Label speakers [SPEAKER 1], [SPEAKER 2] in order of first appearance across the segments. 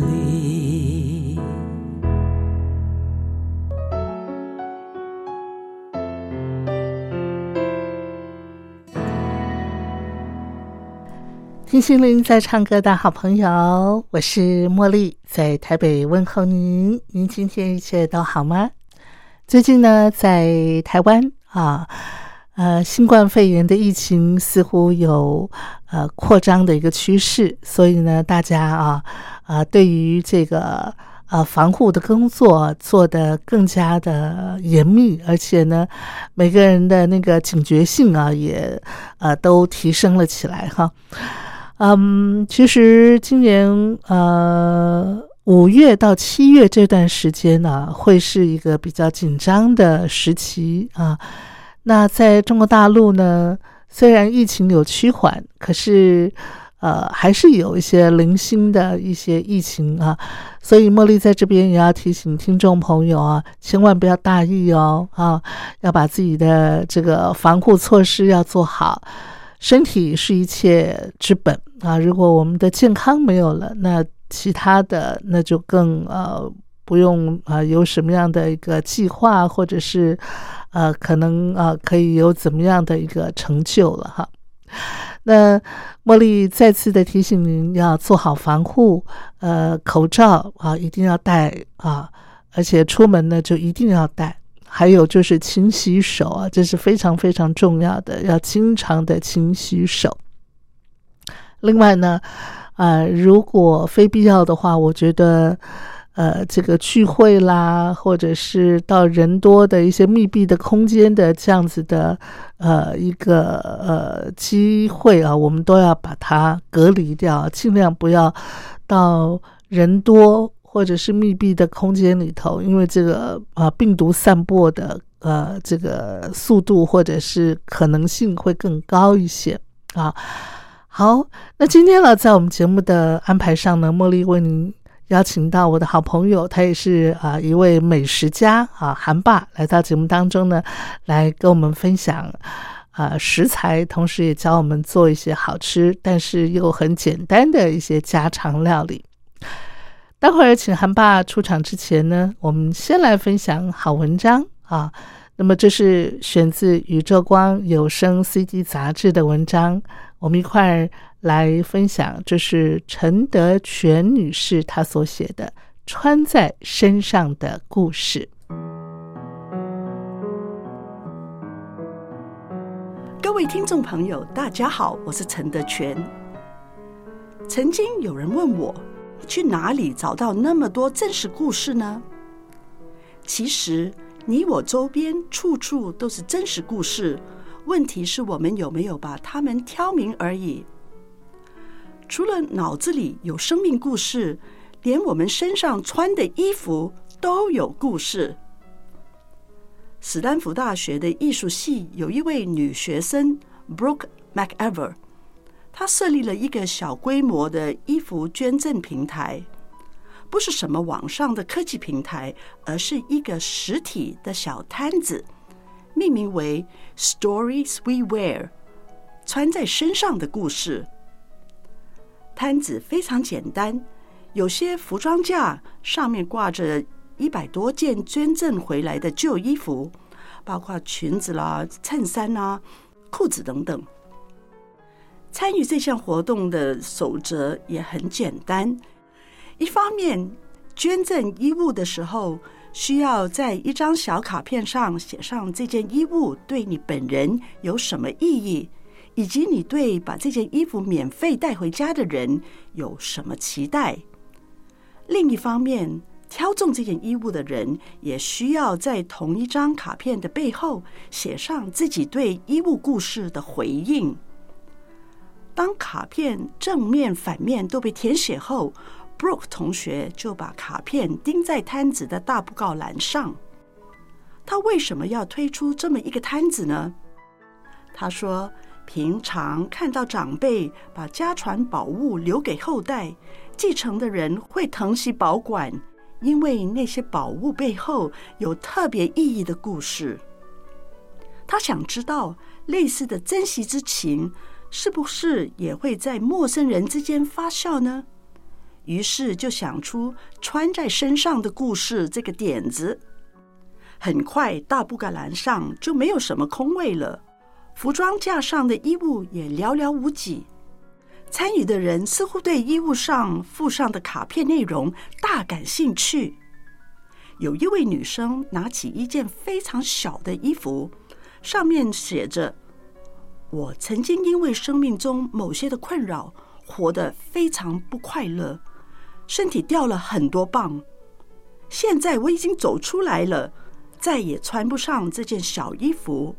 [SPEAKER 1] 离。
[SPEAKER 2] 听心灵在唱歌的好朋友，我是茉莉，在台北问候您。您今天一切都好吗？最近呢，在台湾啊，呃，新冠肺炎的疫情似乎有呃扩张的一个趋势，所以呢，大家啊啊、对于这个呃防护的工作做得更加的严密，而且呢，每个人的那个警觉性啊也呃都提升了起来哈。嗯，其实今年呃五月到七月这段时间呢、会是一个比较紧张的时期啊。那在中国大陆呢，虽然疫情有趋缓，可是呃还是有一些零星的一些疫情啊。所以茉莉在这边也要提醒听众朋友啊，千万不要大意哦啊，要把自己的这个防护措施要做好。身体是一切之本啊！如果我们的健康没有了，那其他的那就更呃不用啊、呃有什么样的一个计划，或者是呃可能呃可以有怎么样的一个成就了哈。那茉莉再次的提醒您要做好防护，呃，口罩啊一定要戴啊，而且出门呢就一定要戴。还有就是勤洗手啊，这是非常非常重要的，要经常的勤洗手。另外呢，呃，如果非必要的话，我觉得，呃，这个聚会啦，或者是到人多的一些密闭的空间的这样子的，呃，一个呃机会啊，我们都要把它隔离掉，啊尽量不要到人多或者是密闭的空间里头，因为这个啊病毒散播的呃这个速度或者是可能性会更高一些啊。好，那今天呢，在我们节目的安排上呢，茉莉为您邀请到我的好朋友，他也是啊、一位美食家啊，韩爸来到节目当中呢，来跟我们分享啊、食材，同时也教我们做一些好吃，但是又很简单的一些家常料理。待会儿请韩爸出场之前呢，我们先来分享好文章啊。那么这是选自《宇宙光有声 CD 杂志》的文章，我们一块儿来分享。这是陈德全女士她所写的《穿在身上的故事》。
[SPEAKER 3] 各位听众朋友，大家好，我是陈德全。曾经有人问我，你去哪里找到那么多真实故事呢？其实，你我周边处处都是真实故事，问题是我们有没有把它们挑明而已。除了脑子里有生命故事，连我们身上穿的衣服都有故事。史丹福大学的艺术系有一位女学生 Brooke McEver，她设立了一个小规模的衣服捐赠平台，不是什么网上的科技平台，而是一个实体的小摊子，命名为 “Stories We Wear”，穿在身上的故事。摊子非常简单，有些服装架上面挂着一百多件捐赠回来的旧衣服，包括裙子啦、衬衫啦、裤子等等。参与这项活动的守则也很简单，一方面，捐赠衣物的时候需要在一张小卡片上写上这件衣物对你本人有什么意义，以及你对把这件衣服免费带回家的人有什么期待。另一方面，挑中这件衣物的人也需要在同一张卡片的背后写上自己对衣物故事的回应。当卡片正面、反面都被填写后，Brooke 同学就把卡片钉在摊子的大布告栏上。他为什么要推出这么一个摊子呢？他说：“平常看到长辈把家传宝物留给后代，继承的人会疼惜保管，因为那些宝物背后有特别意义的故事。”他想知道类似的珍惜之情是不是也会在陌生人之间发酵呢？于是就想出穿在身上的故事这个点子。很快，大布告栏上就没有什么空位了。服装架上的衣物也寥寥无几，参与的人似乎对衣物上附上的卡片内容大感兴趣。有一位女生拿起一件非常小的衣服，上面写着：“我曾经因为生命中某些的困扰，活得非常不快乐，身体掉了很多磅。现在我已经走出来了，再也穿不上这件小衣服。”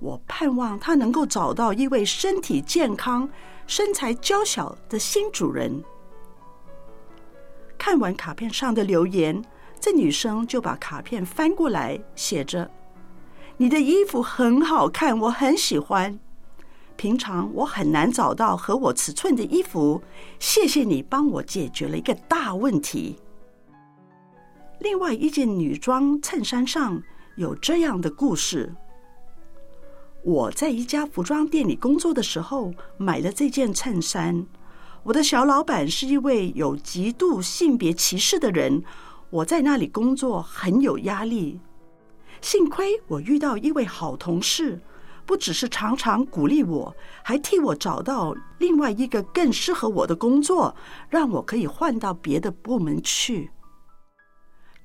[SPEAKER 3] 我盼望他能够找到一位身体健康、身材娇小的新主人。看完卡片上的留言，这女生就把卡片翻过来，写着：“你的衣服很好看，我很喜欢。平常我很难找到和我尺寸的衣服，谢谢你帮我解决了一个大问题。”另外一件女装衬衫上有这样的故事。我在一家服装店里工作的时候，买了这件衬衫。我的小老板是一位有极度性别歧视的人，我在那里工作很有压力。幸亏我遇到一位好同事，不只是常常鼓励我，还替我找到另外一个更适合我的工作，让我可以换到别的部门去。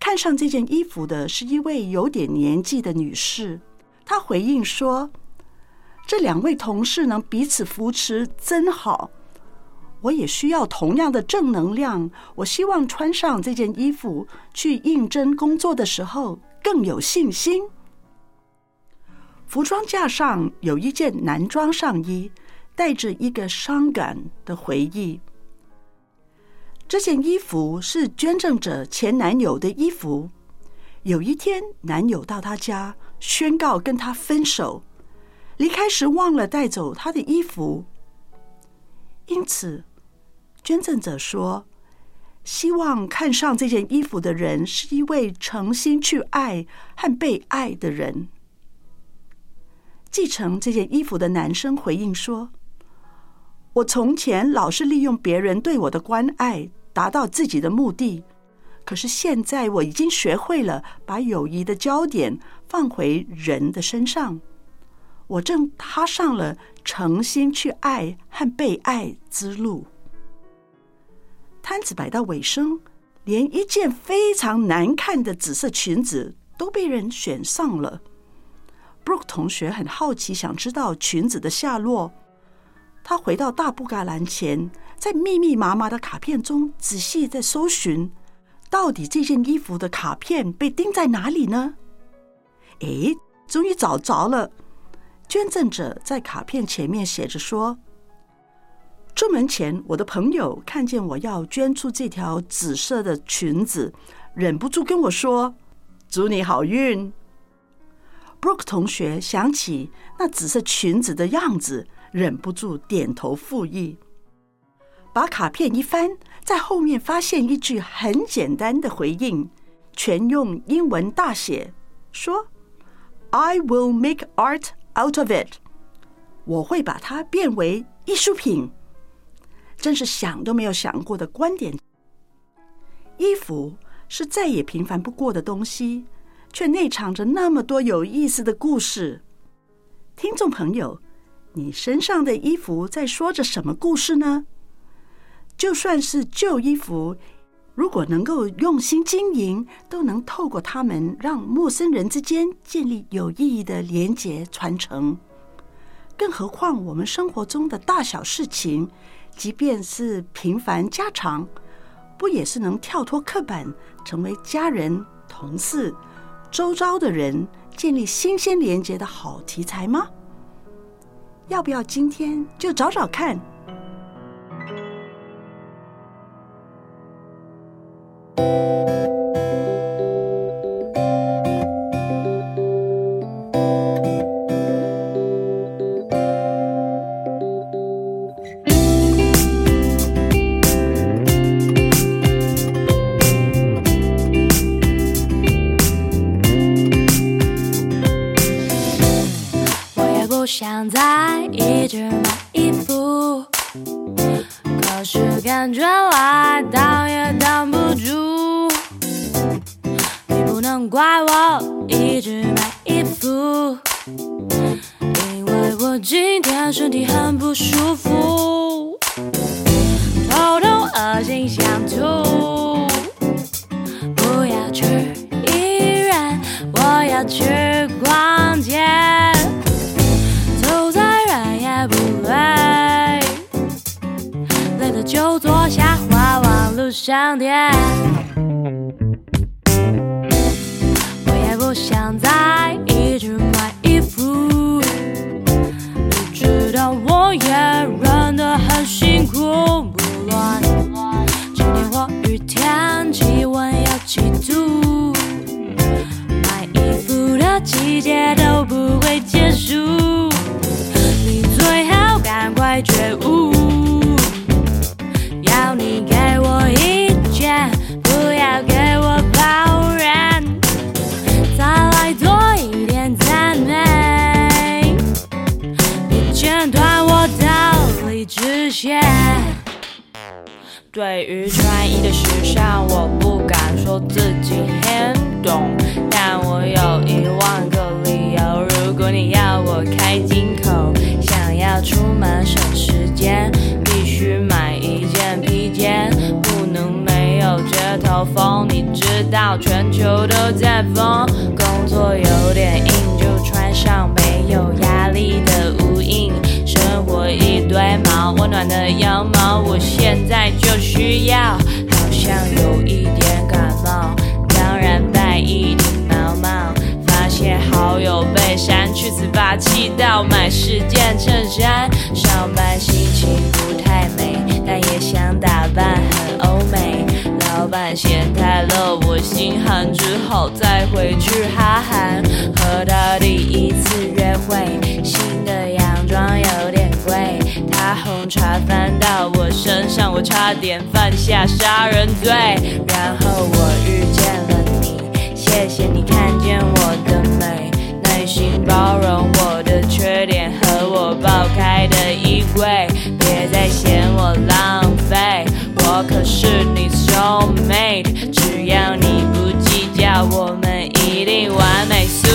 [SPEAKER 3] 看上这件衣服的是一位有点年纪的女士，她回应说。这两位同事能彼此扶持，真好。我也需要同样的正能量。我希望穿上这件衣服去应征工作的时候更有信心。服装架上有一件男装上衣，带着一个伤感的回忆。这件衣服是捐赠者前男友的衣服。有一天，男友到她家，宣告跟她分手。离开时忘了带走他的衣服，因此捐赠者说：“希望看上这件衣服的人是一位诚心去爱和被爱的人。”继承这件衣服的男生回应说：“我从前老是利用别人对我的关爱达到自己的目的，可是现在我已经学会了把友谊的焦点放回人的身上。”我正踏上了诚心去爱和被爱之路。摊子摆到尾声，连一件非常难看的紫色裙子都被人选上了。Brooke 同学很好奇，想知道裙子的下落。他回到大布嘎栏前，在密密麻麻的卡片中仔细在搜寻，到底这件衣服的卡片被钉在哪里呢？诶，终于找着了！捐赠者在卡片前面写着说：“出门前，我的朋友看见我要捐出这条紫色的裙子，忍不住跟我说：‘祝你好运。’” Brooke 同学想起那紫色裙子的样子，忍不住点头附议。把卡片一翻，在后面发现一句很简单的回应，全用英文大写说：“I will make art。” Out of it，我会把它变为艺术品，真是想都没有想过的观点。衣服是再也平凡不过的东西，却内藏着那么多有意思的故事。听众朋友，你身上的衣服在说着什么故事呢？就算是旧衣服，如果能够用心经营，都能透过他们让陌生人之间建立有意义的连结传承。更何况我们生活中的大小事情，即便是平凡家常，不也是能跳脱刻板，成为家人、同事、周遭的人建立新鲜连接的好题材吗？要不要今天就找找看？
[SPEAKER 4] 我也不想再一直迈一步，可是感觉来挡也挡不住。你不能怪我一直买衣服，因为我今天身体很不舒服，头痛恶心想吐。不要去医院，我要去逛街。走再远也不累，累了就坐下，花望路上店。我也不想再一直买衣服，你知道我也忍得很辛苦，不论晴天或雨天，气温有几度。买衣服的季节都不会结束，你最好赶快觉悟。要你给我意见，不要给我抱怨，再来多一点赞美，别剪断我道理之线。对于穿衣的时尚，我不敢说自己很懂，但我有一万个理由。如果你要我开金口，想要出门省时间，必须买一件披肩，不能没有街头风。你知道全球都在疯，工作有点硬，就穿上没有压力的无印。生活一堆毛，温暖的羊毛，我现在就需要。好像有一点感冒，当然戴一顶毛帽。发现好友被删，去死吧！气到买十件衬衫。上班心情不太美，但也想打扮很欧美。老板嫌太热，我心寒，只好再回去哈韩。和他第一次约会，新的洋装有点贵，他红茶翻到我身上，我差点犯下杀人罪。然后我遇见了你，谢谢你看见我的美，耐心包容我的缺点和我爆开的衣柜，别再嫌我浪费，我可是你 soul mate，只要你不计较，我们一定完美速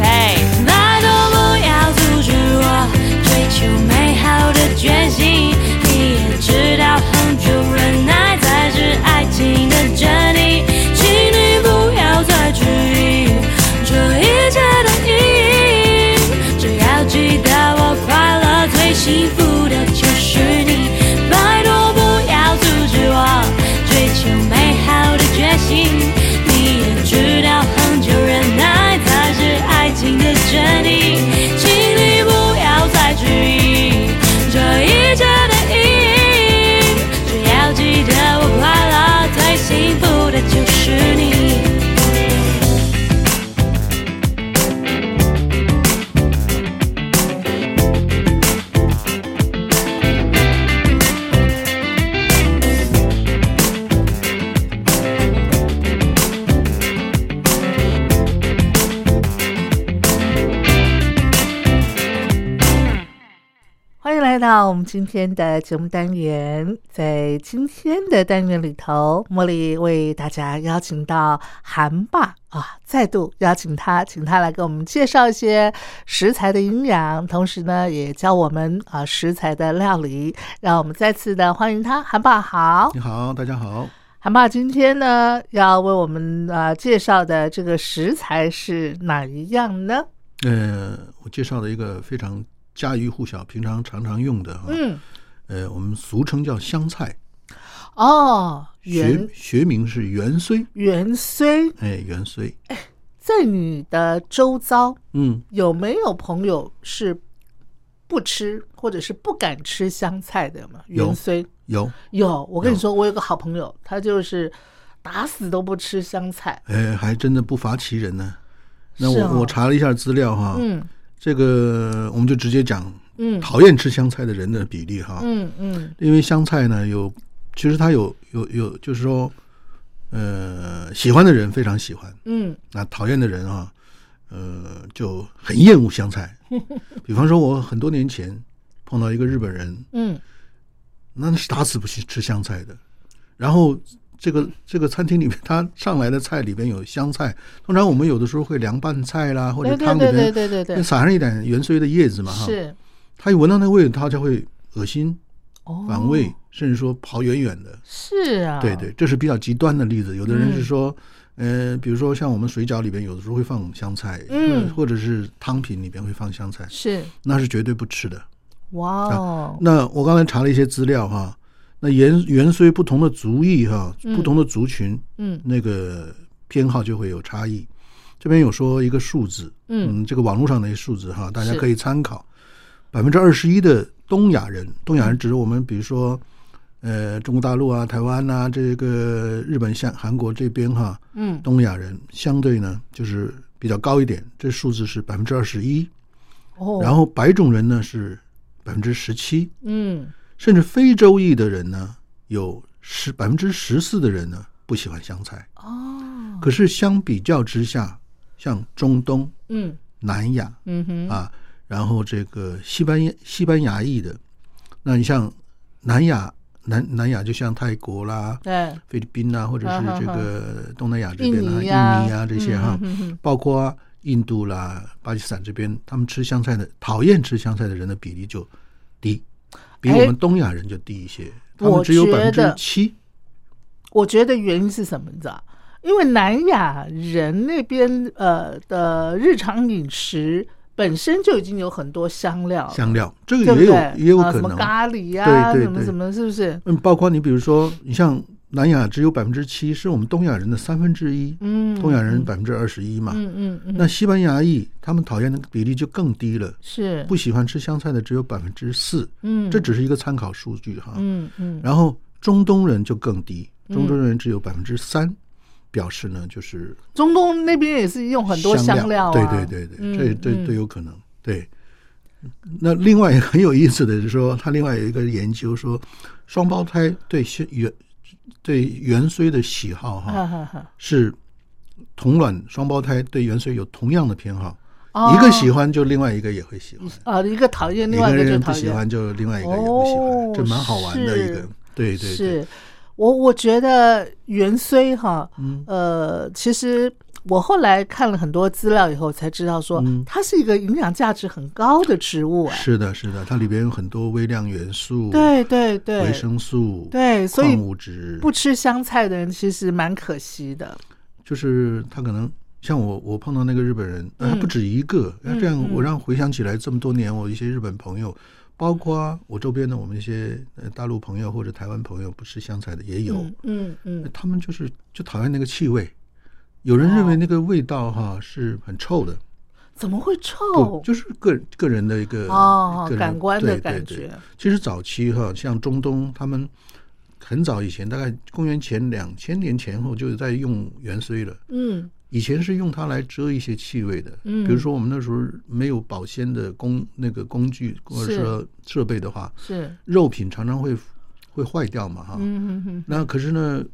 [SPEAKER 4] 配。那都不要阻止我追求美好的决心，你也知道恒久忍耐才是爱情的真谛，请你不要再质疑这一切的意义，只要记得我快乐最幸福的就是你，拜托不要阻止我追求美好的决心，你也知道恒久忍耐才是爱情的真谛，请你不要再质疑这一切的意义，只要记得我快乐最幸福的就是你。
[SPEAKER 2] 欢迎来到我们今天的节目单元。在今天的单元里头，茉莉为大家邀请到韩爸啊，再度邀请他，请他来给我们介绍一些食材的营养，同时呢，也教我们啊食材的料理。让我们再次的欢迎他，韩爸好。
[SPEAKER 5] 你好，大家好。
[SPEAKER 2] 韩爸今天呢要为我们啊、呃介绍的这个食材是哪一样呢？
[SPEAKER 5] 呃，我介绍了一个非常家喻户晓、平常常常用的哈、
[SPEAKER 2] 嗯，
[SPEAKER 5] 呃，我们俗称叫香菜，
[SPEAKER 2] 哦，
[SPEAKER 5] 学
[SPEAKER 2] 元
[SPEAKER 5] 学名是芫荽，
[SPEAKER 2] 元虽
[SPEAKER 5] 哎，芫荽，
[SPEAKER 2] 在你的周遭
[SPEAKER 5] 嗯，
[SPEAKER 2] 有没有朋友是不吃或者是不敢吃香菜的吗？
[SPEAKER 5] 有
[SPEAKER 2] 元虽
[SPEAKER 5] 有，
[SPEAKER 2] 有，我跟你
[SPEAKER 5] 有
[SPEAKER 2] 说，我有个好朋友，他就是打死都不吃香菜。
[SPEAKER 5] 哎，还真的不乏其人呢。那我、
[SPEAKER 2] 是哦
[SPEAKER 5] 我查了一下资料哈，
[SPEAKER 2] 嗯
[SPEAKER 5] 这个我们就直接讲
[SPEAKER 2] 嗯
[SPEAKER 5] 讨厌吃香菜的人的比例哈，
[SPEAKER 2] 嗯嗯
[SPEAKER 5] 因为香菜呢有，其实它有有有，就是说，呃，喜欢的人非常喜欢，
[SPEAKER 2] 嗯
[SPEAKER 5] 那讨厌的人啊，呃，就很厌恶香 菜。比方说，我很多年前碰到一个日本人，
[SPEAKER 2] 嗯，
[SPEAKER 5] 那是打死不吃吃香菜的。然后这个这个餐厅里面，他上来的菜里边有香菜，通常我们有的时候会凉拌菜啦，或者
[SPEAKER 2] 对
[SPEAKER 5] 汤
[SPEAKER 2] 对
[SPEAKER 5] 里
[SPEAKER 2] 对对
[SPEAKER 5] 边
[SPEAKER 2] 对对对，
[SPEAKER 5] 撒上一点芫荽的叶子嘛，哈。
[SPEAKER 2] 是
[SPEAKER 5] 他一闻到那味，他就会恶心、
[SPEAKER 2] 哦
[SPEAKER 5] 反胃，甚至说跑远远的。
[SPEAKER 2] 是啊，
[SPEAKER 5] 对对，这是比较极端的例子。有的人
[SPEAKER 2] 嗯
[SPEAKER 5] 是说，呃，比如说像我们水饺里边，有的时候会放香菜，
[SPEAKER 2] 嗯
[SPEAKER 5] 或者是汤品里边会放香菜，
[SPEAKER 2] 是
[SPEAKER 5] 那是绝对不吃的。
[SPEAKER 2] 哇哦，
[SPEAKER 5] 那我刚才查了一些资料哈，那盐盐虽不同的族裔哈，
[SPEAKER 2] 嗯
[SPEAKER 5] 不同的族群，
[SPEAKER 2] 嗯
[SPEAKER 5] 那个偏好就会有差异。这边有说一个数字，
[SPEAKER 2] 嗯
[SPEAKER 5] 这个网络上的一个数字哈，大家
[SPEAKER 2] 是
[SPEAKER 5] 可以参考。百分之二十一的东亚人，东亚人指我们，比如说，呃，中国大陆啊、台湾呐、这个日本、像韩国这边哈，
[SPEAKER 2] 嗯
[SPEAKER 5] 东亚人相对呢就是比较高一点，这数字是百分之二十一。
[SPEAKER 2] 哦，
[SPEAKER 5] 然后白种人呢是百分之十七，
[SPEAKER 2] 嗯
[SPEAKER 5] 甚至非洲裔的人呢，有十百分之十四的人呢不喜欢香菜。
[SPEAKER 2] 哦
[SPEAKER 5] 可是相比较之下，像中东、
[SPEAKER 2] 嗯
[SPEAKER 5] 南亚
[SPEAKER 2] 嗯哼
[SPEAKER 5] 啊，然后这个西班牙西班牙裔的，那你像南亚南南亚，就像泰国啦、
[SPEAKER 2] 对
[SPEAKER 5] 菲律宾啊啦，或者是这个东南亚这边
[SPEAKER 2] 印
[SPEAKER 5] 啦、
[SPEAKER 2] 尼
[SPEAKER 5] 印
[SPEAKER 2] 呀
[SPEAKER 5] 尼啊这些哈
[SPEAKER 2] 嗯哼哼哼，
[SPEAKER 5] 包括印度啦、巴基斯坦这边，他们吃香菜的讨厌吃香菜的人的比例就低，比
[SPEAKER 2] 哎
[SPEAKER 5] 我们东亚人就低一些，他们
[SPEAKER 2] 我
[SPEAKER 5] 只有
[SPEAKER 2] 觉
[SPEAKER 5] 百分
[SPEAKER 2] 得
[SPEAKER 5] 之七。
[SPEAKER 2] 我觉得原因是什么？你知道？因为南亚人那边呃的日常饮食本身就已经有很多香料了，
[SPEAKER 5] 香料这个
[SPEAKER 2] 对不
[SPEAKER 5] 也有
[SPEAKER 2] 对
[SPEAKER 5] 也有
[SPEAKER 2] 啊
[SPEAKER 5] 可
[SPEAKER 2] 什么
[SPEAKER 5] 能，
[SPEAKER 2] 咖喱呀、
[SPEAKER 5] 对对
[SPEAKER 2] 什么
[SPEAKER 5] 对
[SPEAKER 2] 什么，是不是？
[SPEAKER 5] 嗯，包括你比如说，你像南亚只有百分之七，是我们东亚人的三分之一，
[SPEAKER 2] 嗯，
[SPEAKER 5] 东亚人百分之二十一嘛。
[SPEAKER 2] 嗯嗯嗯，
[SPEAKER 5] 那西班牙裔他们讨厌的比例就更低了，
[SPEAKER 2] 是
[SPEAKER 5] 不喜欢吃香菜的只有百分之四，
[SPEAKER 2] 嗯，
[SPEAKER 5] 这只是一个参考数据哈。
[SPEAKER 2] 嗯嗯
[SPEAKER 5] 然后中东人就更低，中东人只有百分之三，表示呢就是
[SPEAKER 2] 中东那边也是用很多香料啊，
[SPEAKER 5] 对对对对，
[SPEAKER 2] 嗯
[SPEAKER 5] 这这
[SPEAKER 2] 嗯
[SPEAKER 5] 这有可能。对，那另外很有意思的是说， 他另外有一个研究说，双胞胎对芫原对芫荽的喜好
[SPEAKER 2] 哈
[SPEAKER 5] 哈
[SPEAKER 2] 嗯哈哈。
[SPEAKER 5] 是同卵双胞胎对芫荽有同样的偏好，
[SPEAKER 2] 哦
[SPEAKER 5] 一个喜欢就另外一个也会喜欢，
[SPEAKER 2] 啊，一个讨厌，另外
[SPEAKER 5] 一
[SPEAKER 2] 一
[SPEAKER 5] 个
[SPEAKER 2] 个就
[SPEAKER 5] 人
[SPEAKER 2] 讨
[SPEAKER 5] 不
[SPEAKER 2] 厌，
[SPEAKER 5] 喜欢就另外一个也不喜欢，
[SPEAKER 2] 哦
[SPEAKER 5] 这蛮好玩的一个
[SPEAKER 2] 是。
[SPEAKER 5] 对对对，
[SPEAKER 2] 是我我觉得元虽哈，
[SPEAKER 5] 嗯
[SPEAKER 2] 呃，其实我后来看了很多资料以后才知道说，
[SPEAKER 5] 嗯
[SPEAKER 2] 它是一个营养价值很高的植物，哎，
[SPEAKER 5] 是的，是的，它里边有很多微量元素、
[SPEAKER 2] 对对对
[SPEAKER 5] 维，生素、
[SPEAKER 2] 对，所以
[SPEAKER 5] 矿物质，
[SPEAKER 2] 不吃香菜的人其实蛮可惜的，
[SPEAKER 5] 就是他可能像我，我碰到那个日本人，呃、
[SPEAKER 2] 嗯
[SPEAKER 5] 还不止一个。那、这
[SPEAKER 2] 嗯
[SPEAKER 5] 样
[SPEAKER 2] 嗯
[SPEAKER 5] 我让回想起来这么多年，我一些日本朋友，包括我周边的我们一些呃大陆朋友或者台湾朋友，不吃香菜的也有，
[SPEAKER 2] 嗯嗯
[SPEAKER 5] 呃
[SPEAKER 2] 嗯，
[SPEAKER 5] 他们就是就讨厌那个气味。有人认为那个味道
[SPEAKER 2] 哦
[SPEAKER 5] 哈、是很臭的，
[SPEAKER 2] 怎么会
[SPEAKER 5] 不
[SPEAKER 2] 臭？
[SPEAKER 5] 就是个个人的一个
[SPEAKER 2] 哦
[SPEAKER 5] 个人
[SPEAKER 2] 感官的
[SPEAKER 5] 对对
[SPEAKER 2] 感
[SPEAKER 5] 对
[SPEAKER 2] 觉
[SPEAKER 5] 其实早期哈，像中东他们很早以前，大概公元前两千年前后就在用芫荽了。
[SPEAKER 2] 嗯
[SPEAKER 5] 以前是用它来遮一些气味的，
[SPEAKER 2] 嗯
[SPEAKER 5] 比如说我们那时候没有保鲜的工那个工具或者说设备的话，
[SPEAKER 2] 是，
[SPEAKER 5] 肉品常常会会坏掉嘛哈。
[SPEAKER 2] 嗯哼哼，
[SPEAKER 5] 那可是呢，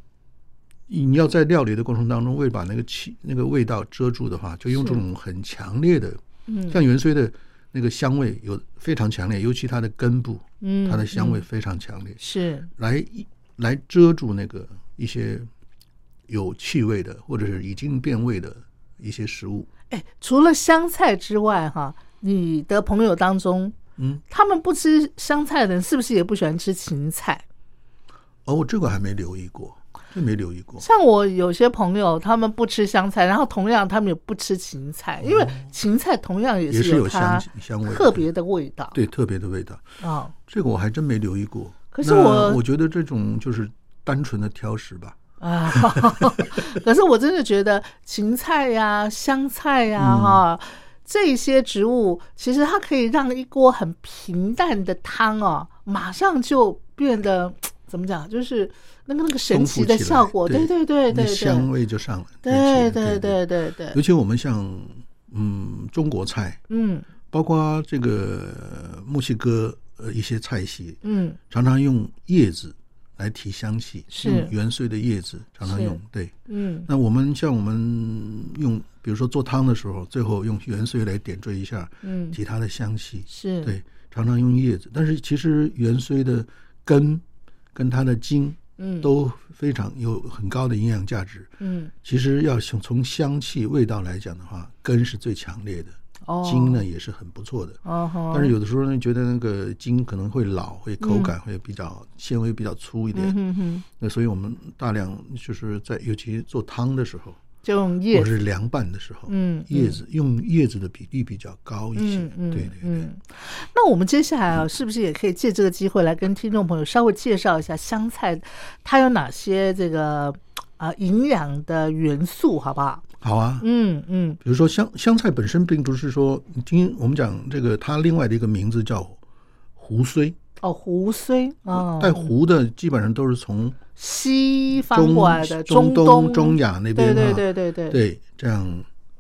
[SPEAKER 5] 你要在料理的过程当中为把那个气那个味道遮住的话，就用
[SPEAKER 2] 是
[SPEAKER 5] 这种很强烈的，
[SPEAKER 2] 嗯
[SPEAKER 5] 像元荽的那个香味有非常强烈，尤其它的根部，
[SPEAKER 2] 嗯，
[SPEAKER 5] 它的香
[SPEAKER 2] 嗯
[SPEAKER 5] 味非常强烈，
[SPEAKER 2] 是
[SPEAKER 5] 来一来遮住那个一些有气味的或者是已经变味的一些食物。
[SPEAKER 2] 哎，除了香菜之外，哈，你的朋友当中，
[SPEAKER 5] 嗯，
[SPEAKER 2] 他们不吃香菜的人，是不是也不喜欢吃芹菜？
[SPEAKER 5] 哦，我这个还没留意过。真没留意过。
[SPEAKER 2] 像我有些朋友，他们不吃香菜，然后同样他们也不吃芹菜，因为芹菜同样也
[SPEAKER 5] 哦也是有
[SPEAKER 2] 它
[SPEAKER 5] 香香味的
[SPEAKER 2] 特别的味道。
[SPEAKER 5] 对，特别的味道，
[SPEAKER 2] 啊，
[SPEAKER 5] 这个我还真没留意过。
[SPEAKER 2] 可是
[SPEAKER 5] 那
[SPEAKER 2] 我
[SPEAKER 5] 我觉得这种就是单纯的挑食吧。
[SPEAKER 2] 啊， 可是我真的觉得芹菜呀、香菜呀、
[SPEAKER 5] 嗯
[SPEAKER 2] 哈、这些植物，其实它可以让一锅很平淡的汤哦，马上就变得怎么讲，就是那个那个神
[SPEAKER 5] 丰
[SPEAKER 2] 奇
[SPEAKER 5] 富
[SPEAKER 2] 的
[SPEAKER 5] 起来
[SPEAKER 2] 效果。对对
[SPEAKER 5] 对
[SPEAKER 2] 对
[SPEAKER 5] 那
[SPEAKER 2] 对
[SPEAKER 5] 香
[SPEAKER 2] 对，
[SPEAKER 5] 味就上来。
[SPEAKER 2] 对
[SPEAKER 5] 对
[SPEAKER 2] 对对对对
[SPEAKER 5] 尤，其我们像嗯中国菜，
[SPEAKER 2] 嗯
[SPEAKER 5] 包括这个呃墨西哥呃一些菜系，
[SPEAKER 2] 嗯，
[SPEAKER 5] 常常用叶子来提香气，
[SPEAKER 2] 是
[SPEAKER 5] 用原萃的叶子常常
[SPEAKER 2] 是
[SPEAKER 5] 用。对，
[SPEAKER 2] 嗯，
[SPEAKER 5] 那我们像我们用，比如说做汤的时候，最后用原萃来点缀一下，
[SPEAKER 2] 嗯
[SPEAKER 5] 提它的香气。
[SPEAKER 2] 是，
[SPEAKER 5] 对，常常用叶子，但是其实原萃的根跟它的茎
[SPEAKER 2] 嗯，
[SPEAKER 5] 都非常有很高的营养价值。
[SPEAKER 2] 嗯
[SPEAKER 5] 其实要从从香气味道来讲的话，根是最强烈的，
[SPEAKER 2] 哦，
[SPEAKER 5] 茎呢也是很不错的。
[SPEAKER 2] 哦吼，
[SPEAKER 5] 但是有的时候呢，觉得那个茎可能会老，会口感会比较纤维比较粗一点。
[SPEAKER 2] 嗯哼，
[SPEAKER 5] 那所以我们大量就是在尤其做汤的时候，
[SPEAKER 2] 就用
[SPEAKER 5] 或
[SPEAKER 2] 叶
[SPEAKER 5] 者
[SPEAKER 2] 子，
[SPEAKER 5] 是凉拌的时候，
[SPEAKER 2] 嗯
[SPEAKER 5] 叶子用叶子的比例比较高一些。
[SPEAKER 2] 嗯嗯
[SPEAKER 5] 对对对
[SPEAKER 2] 嗯。那我们接下来啊，是不是也可以借这个机会来跟听众朋友稍微介绍一下香菜它有哪些这个啊营养的元素，好不好？
[SPEAKER 5] 好啊，
[SPEAKER 2] 嗯嗯，
[SPEAKER 5] 比如说香香菜本身并不是说，今我们讲这个它另外的一个名字叫胡荽，
[SPEAKER 2] 哦，胡荽啊，
[SPEAKER 5] 带胡的基本上都是从
[SPEAKER 2] 西方
[SPEAKER 5] 中
[SPEAKER 2] 过来的
[SPEAKER 5] 中
[SPEAKER 2] 东
[SPEAKER 5] 东中亚那
[SPEAKER 2] 对
[SPEAKER 5] 边
[SPEAKER 2] 对
[SPEAKER 5] 啊，
[SPEAKER 2] 对对对，
[SPEAKER 5] 对这样，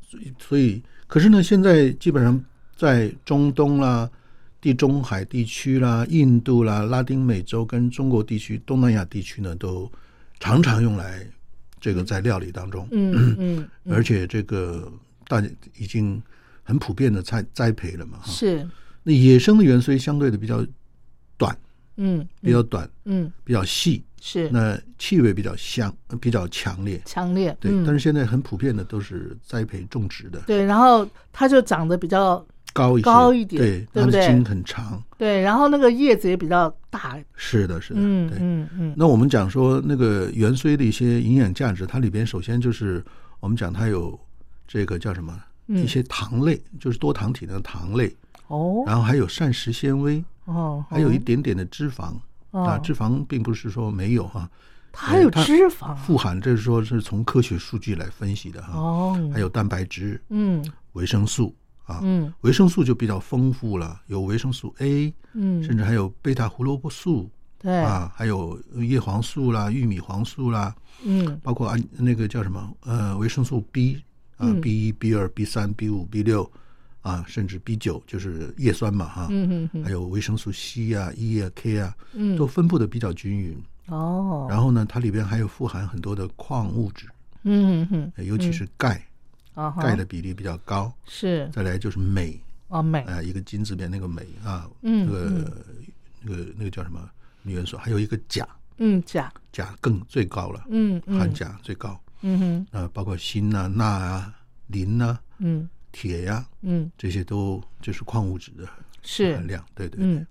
[SPEAKER 5] 所以所以可是呢，现在基本上在中东啦、地中海地区啦、印度啦、拉丁美洲跟中国地区、东南亚地区呢，都常常用来这个在料理当中，
[SPEAKER 2] 嗯嗯
[SPEAKER 5] 而且这个大家已经很普遍的栽栽培了嘛，哈。
[SPEAKER 2] 是，
[SPEAKER 5] 那野生的原虽相对的比较短，
[SPEAKER 2] 嗯
[SPEAKER 5] 比较短，
[SPEAKER 2] 嗯
[SPEAKER 5] 比较细，
[SPEAKER 2] 是
[SPEAKER 5] 那气味比较香，呃比较强烈。
[SPEAKER 2] 强烈，
[SPEAKER 5] 对，
[SPEAKER 2] 嗯
[SPEAKER 5] 但是现在很普遍的都是栽培种植的，
[SPEAKER 2] 对，然后它就长得比较
[SPEAKER 5] 高一些，
[SPEAKER 2] 高一点
[SPEAKER 5] 对，
[SPEAKER 2] 对
[SPEAKER 5] 它
[SPEAKER 2] 不对
[SPEAKER 5] 的茎很长，
[SPEAKER 2] 对，然后那个叶子也比较大，
[SPEAKER 5] 是的，是的，
[SPEAKER 2] 嗯
[SPEAKER 5] 啊对。
[SPEAKER 2] 嗯嗯，
[SPEAKER 5] 那我们讲说那个原虽的一些营养价值，它里边首先就是我们讲它有这个叫什么
[SPEAKER 2] 嗯
[SPEAKER 5] 一些糖类，就是多糖体的糖类，
[SPEAKER 2] 哦
[SPEAKER 5] 然后还有膳食纤维，
[SPEAKER 2] 哦，
[SPEAKER 5] 还有一点点的脂肪啊，
[SPEAKER 2] 哦
[SPEAKER 5] 脂肪并不是说没有哈、
[SPEAKER 2] 它还有
[SPEAKER 5] 它
[SPEAKER 2] 脂肪
[SPEAKER 5] 富含，这是说是从科学数据来分析的哈、
[SPEAKER 2] 哦，
[SPEAKER 5] 还有蛋白质、
[SPEAKER 2] 嗯
[SPEAKER 5] 维生素啊，
[SPEAKER 2] 嗯
[SPEAKER 5] 维生素就比较丰富了，有维生素 A，
[SPEAKER 2] 嗯，
[SPEAKER 5] 甚至还有贝塔胡萝卜素
[SPEAKER 2] 对，
[SPEAKER 5] 啊，还有叶黄素啦、玉米黄素啦，
[SPEAKER 2] 嗯
[SPEAKER 5] 包括啊那个叫什么呃维生素 B 啊、
[SPEAKER 2] 嗯
[SPEAKER 5] b 一、B 二、B 三、B 五、B 六啊，甚至 B 九就是叶酸嘛哈、
[SPEAKER 2] 嗯嗯
[SPEAKER 5] 还有维生素 C 啊、E 啊、K 啊，
[SPEAKER 2] 嗯
[SPEAKER 5] 都分布的比较均匀。
[SPEAKER 2] 哦，
[SPEAKER 5] 然后呢，它里边还有富含很多的矿物质，
[SPEAKER 2] 嗯嗯
[SPEAKER 5] 尤其是钙，
[SPEAKER 2] 嗯，
[SPEAKER 5] 钙的比例比较高。
[SPEAKER 2] 是
[SPEAKER 5] 再来就是镁，
[SPEAKER 2] 哦美
[SPEAKER 5] 啊、一个金字边那个镁啊，
[SPEAKER 2] 嗯
[SPEAKER 5] 那个那个那个叫什么元素，还有一个钾，
[SPEAKER 2] 嗯钾
[SPEAKER 5] 钾更最高了，
[SPEAKER 2] 嗯
[SPEAKER 5] 含
[SPEAKER 2] 嗯
[SPEAKER 5] 钾最高。
[SPEAKER 2] 嗯哼
[SPEAKER 5] 啊、包括锌呐、钠啊、磷呐、
[SPEAKER 2] 嗯
[SPEAKER 5] 铁呀、
[SPEAKER 2] 嗯
[SPEAKER 5] 这些都就是矿物质的含
[SPEAKER 2] 是
[SPEAKER 5] 量。对对，
[SPEAKER 2] 嗯，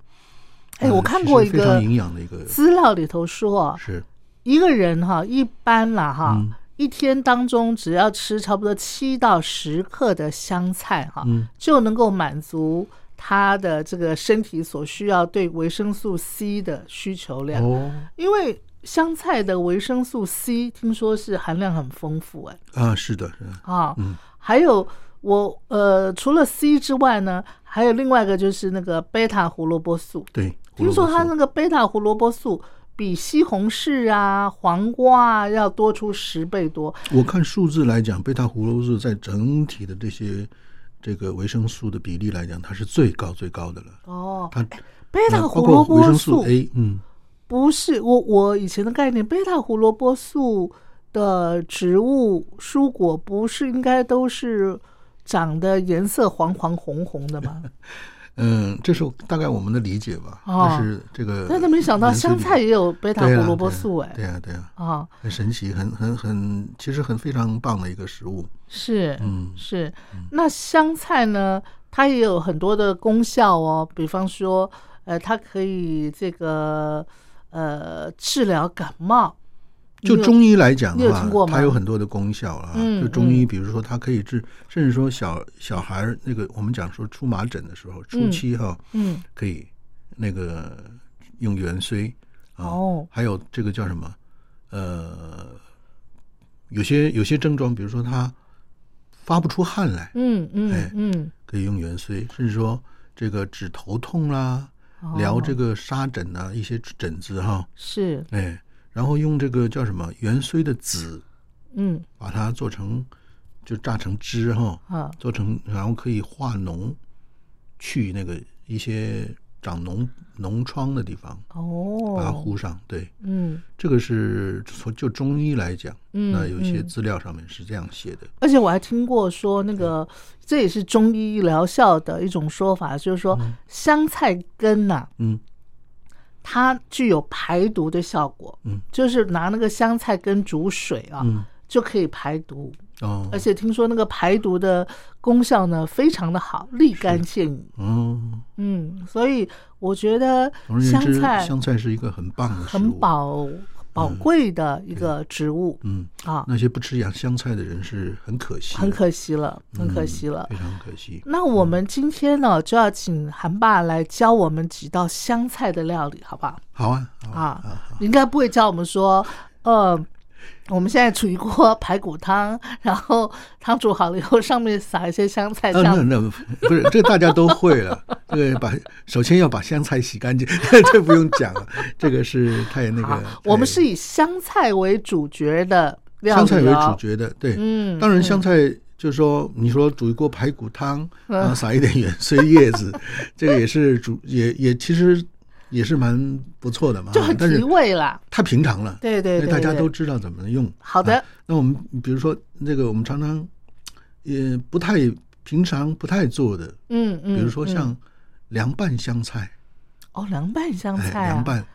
[SPEAKER 2] 哎
[SPEAKER 5] 呃
[SPEAKER 2] 我看
[SPEAKER 5] 其实
[SPEAKER 2] 过一
[SPEAKER 5] 非
[SPEAKER 2] 个
[SPEAKER 5] 常营养的一个，
[SPEAKER 2] 资料里头说
[SPEAKER 5] 是
[SPEAKER 2] 一个人哈一般啦哈
[SPEAKER 5] 嗯。
[SPEAKER 2] 一天当中只要吃差不多七到十克的香菜哈，
[SPEAKER 5] 嗯
[SPEAKER 2] 就能够满足他的这个身体所需要对维生素 C 的需求量。
[SPEAKER 5] 哦
[SPEAKER 2] 因为香菜的维生素 C 听说是含量很丰富、哎
[SPEAKER 5] 啊，是的，是的，
[SPEAKER 2] 啊，还有我呃，除了 C 之外呢，还有另外一个就是那个贝塔胡萝卜素。
[SPEAKER 5] 对。胡
[SPEAKER 2] 听
[SPEAKER 5] 萝
[SPEAKER 2] 说
[SPEAKER 5] 卜
[SPEAKER 2] 它
[SPEAKER 5] 素
[SPEAKER 2] 那个贝塔胡萝卜素比西红柿啊、黄瓜啊要多出十倍多。
[SPEAKER 5] 我看数字来讲，贝塔胡萝卜素在整体的这些这个维生素的比例来讲，它是最高最高的了。
[SPEAKER 2] 哦，
[SPEAKER 5] 它
[SPEAKER 2] 贝塔
[SPEAKER 5] 呃包
[SPEAKER 2] 胡
[SPEAKER 5] 括
[SPEAKER 2] 萝
[SPEAKER 5] 维
[SPEAKER 2] 卜
[SPEAKER 5] 生
[SPEAKER 2] 素
[SPEAKER 5] 素 A，嗯，
[SPEAKER 2] 不是我我以前的概念，贝塔胡萝卜素的植物蔬果不是应该都是长得颜色黄黄红红的 吗？
[SPEAKER 5] 嗯，这是大概我们的理解吧。
[SPEAKER 2] 哦
[SPEAKER 5] 但是这个，
[SPEAKER 2] 但是没想到香菜也有贝塔
[SPEAKER 5] 对啊
[SPEAKER 2] 胡萝卜素哎、
[SPEAKER 5] 对啊，对啊，
[SPEAKER 2] 啊，
[SPEAKER 5] 很神奇，很很很，其实很非常棒的一个食物。
[SPEAKER 2] 是
[SPEAKER 5] 嗯，
[SPEAKER 2] 是。那香菜呢，它也有很多的功效哦，比方说，呃，它可以这个呃治疗感冒，
[SPEAKER 5] 就中医来讲
[SPEAKER 2] 你
[SPEAKER 5] 的
[SPEAKER 2] 有听过
[SPEAKER 5] 话，
[SPEAKER 2] 吗
[SPEAKER 5] 它有很多的功效啊。
[SPEAKER 2] 嗯
[SPEAKER 5] 就中医，比如说它可以治，甚至说小小孩儿那个，我们讲说出麻疹的时候，初期哈、
[SPEAKER 2] 嗯，
[SPEAKER 5] 可以那个用元荽啊，
[SPEAKER 2] 哦
[SPEAKER 5] 还有这个叫什么？呃，有些有些症状，比如说他发不出汗来，
[SPEAKER 2] 嗯嗯
[SPEAKER 5] 哎
[SPEAKER 2] 嗯，
[SPEAKER 5] 可以用元荽，甚至说这个止头痛啦、
[SPEAKER 2] 哦
[SPEAKER 5] 疗这
[SPEAKER 2] 个
[SPEAKER 5] 个沙疹啊，一些疹子哈、
[SPEAKER 2] 是，
[SPEAKER 5] 哎，然后用这个叫什么元荽的籽，
[SPEAKER 2] 嗯
[SPEAKER 5] 把它做成就榨成汁哈、
[SPEAKER 2] 啊，
[SPEAKER 5] 做成，然后可以化脓，去那个一些长脓脓疮的地方，把它
[SPEAKER 2] 哦，
[SPEAKER 5] 糊上。对，
[SPEAKER 2] 嗯
[SPEAKER 5] 这个是从就中医来讲，
[SPEAKER 2] 嗯，
[SPEAKER 5] 那有一些
[SPEAKER 2] 嗯
[SPEAKER 5] 资料上面是这样写的。
[SPEAKER 2] 而且我还听过说，那个这也是中医疗效的一种说法，就是说香菜根呐、
[SPEAKER 5] 嗯
[SPEAKER 2] 它具有排毒的效果。
[SPEAKER 5] 嗯，
[SPEAKER 2] 就是拿那个香菜根煮水啊，呃
[SPEAKER 5] 嗯
[SPEAKER 2] 就可以排毒，
[SPEAKER 5] 哦
[SPEAKER 2] 而且听说那个排毒的功效呢非常的好，立竿见影。
[SPEAKER 5] 哦，
[SPEAKER 2] 嗯，所以我觉得
[SPEAKER 5] 总而言
[SPEAKER 2] 香
[SPEAKER 5] 之，
[SPEAKER 2] 菜
[SPEAKER 5] 香菜是一个很棒的食物。
[SPEAKER 2] 很宝宝贵的一个植物
[SPEAKER 5] 嗯，
[SPEAKER 2] 啊，
[SPEAKER 5] 那些不吃洋香菜的人是嗯很可惜的，
[SPEAKER 2] 很可惜了，很可惜了。
[SPEAKER 5] 非常可惜。
[SPEAKER 2] 那我们今天呢，就要请韩爸来教我们几道香菜的料理，好不好？
[SPEAKER 5] 好啊，好
[SPEAKER 2] 啊
[SPEAKER 5] 好好
[SPEAKER 2] 你应该不会教我们说，呃， 我们现在煮一锅排骨汤，然后汤煮好了以后，上面撒一些香菜
[SPEAKER 5] 啊，那
[SPEAKER 2] 酱。
[SPEAKER 5] 那不是这大家都会了，这个把首先要把香菜洗干净， 这不用讲了，这个是太那
[SPEAKER 2] 好
[SPEAKER 5] 个。
[SPEAKER 2] 我们
[SPEAKER 5] 太
[SPEAKER 2] 是以香菜为主角的料理、
[SPEAKER 5] 哎香
[SPEAKER 2] 哦，
[SPEAKER 5] 菜为主。角的，对，
[SPEAKER 2] 嗯
[SPEAKER 5] 当然香菜就是说，你说煮一锅排骨汤，
[SPEAKER 2] 嗯
[SPEAKER 5] 然后撒一点芫荽叶子，这个也是煮，也也其实也是蛮不错的嘛，
[SPEAKER 2] 就很
[SPEAKER 5] 啊但
[SPEAKER 2] 提
[SPEAKER 5] 是
[SPEAKER 2] 味啦。
[SPEAKER 5] 太平常了，
[SPEAKER 2] 对对
[SPEAKER 5] 因为
[SPEAKER 2] 对，
[SPEAKER 5] 大家
[SPEAKER 2] 对
[SPEAKER 5] 都知道怎么用。
[SPEAKER 2] 好的
[SPEAKER 5] 啊那我们比如说那个，我们常常也不太平常不太做的，
[SPEAKER 2] 嗯嗯，
[SPEAKER 5] 比如说
[SPEAKER 2] 嗯
[SPEAKER 5] 像凉拌香菜，
[SPEAKER 2] 哦凉拌香
[SPEAKER 5] 哎，
[SPEAKER 2] 菜、啊，
[SPEAKER 5] 凉拌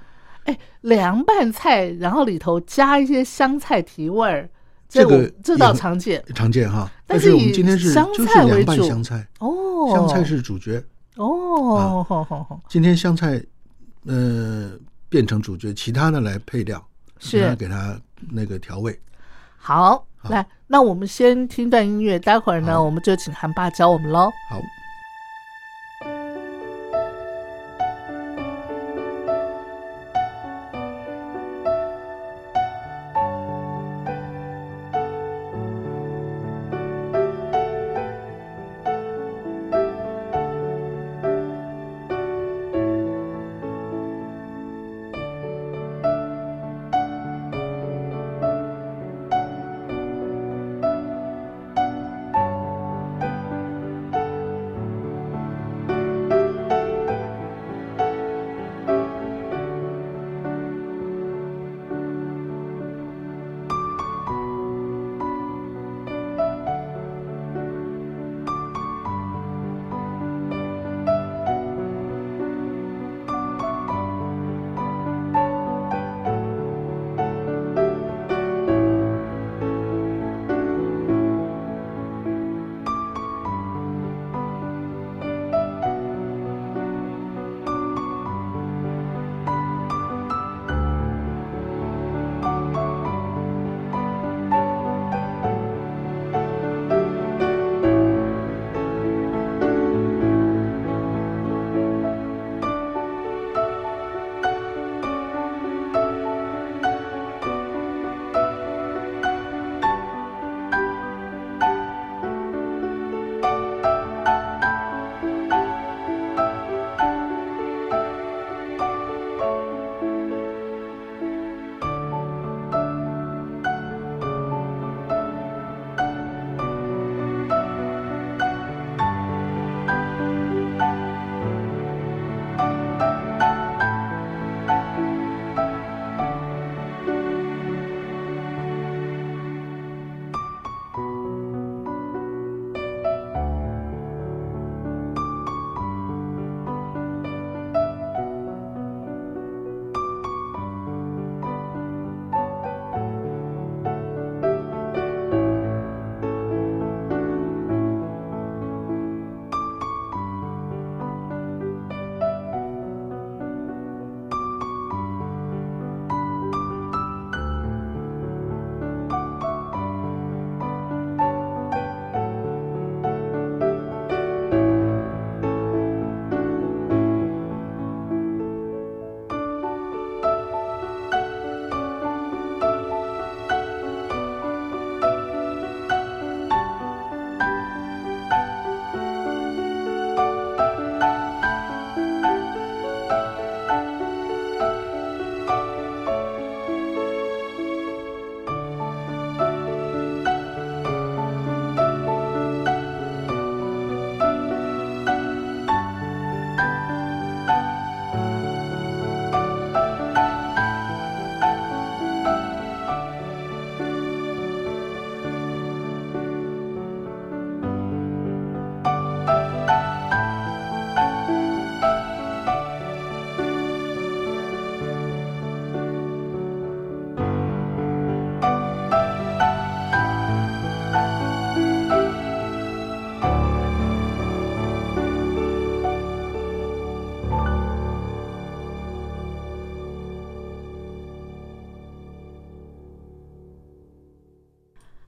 [SPEAKER 2] 哎，凉拌菜，然后里头加一些香菜提味儿，
[SPEAKER 5] 这个
[SPEAKER 2] 我这倒
[SPEAKER 5] 也
[SPEAKER 2] 常见
[SPEAKER 5] 常见哈，
[SPEAKER 2] 但
[SPEAKER 5] 但
[SPEAKER 2] 是
[SPEAKER 5] 是我们
[SPEAKER 2] 以
[SPEAKER 5] 今天是
[SPEAKER 2] 香
[SPEAKER 5] 就是
[SPEAKER 2] 菜为
[SPEAKER 5] 凉拌
[SPEAKER 2] 主
[SPEAKER 5] 香菜，
[SPEAKER 2] 哦。
[SPEAKER 5] 香菜是啊主角。
[SPEAKER 2] 哦，吼吼吼
[SPEAKER 5] 今天香菜，呃，变成主角，其他的来配料，
[SPEAKER 2] 是
[SPEAKER 5] 然后给它那个调味。
[SPEAKER 2] 好，来，那我们先听段音乐，待会儿呢，
[SPEAKER 5] 好
[SPEAKER 2] 我们就请韩爸教我们喽。
[SPEAKER 5] 好，
[SPEAKER 2] 嗯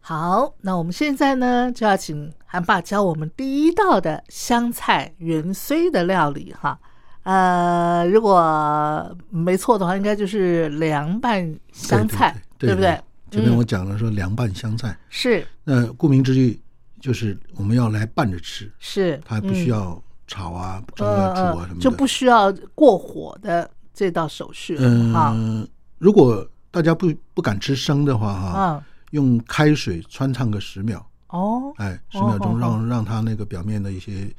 [SPEAKER 2] 好，那我们现在呢，就要请韩爸教我们第一道的香菜圆鳃的料理哈。呃，如果没错的话，应该就是凉拌香菜，
[SPEAKER 5] 对
[SPEAKER 2] 不
[SPEAKER 5] 对
[SPEAKER 2] 对？
[SPEAKER 5] 前面
[SPEAKER 2] 嗯
[SPEAKER 5] 我讲了说凉拌香菜，
[SPEAKER 2] 是
[SPEAKER 5] 那顾名之义就是我们要来拌着吃，
[SPEAKER 2] 是，
[SPEAKER 5] 它不需
[SPEAKER 2] 嗯
[SPEAKER 5] 要炒啊、蒸啊、
[SPEAKER 2] 呃
[SPEAKER 5] 煮啊什么的，
[SPEAKER 2] 就不需要过火的这道手续
[SPEAKER 5] 嗯、
[SPEAKER 2] 哈。
[SPEAKER 5] 如果大家不不敢吃生的话，哈、
[SPEAKER 2] 嗯，
[SPEAKER 5] 用开水穿烫个十秒，
[SPEAKER 2] 哦，
[SPEAKER 5] 哎，十
[SPEAKER 2] 哦
[SPEAKER 5] 秒
[SPEAKER 2] 哦
[SPEAKER 5] 钟让、让它那个表面的一些，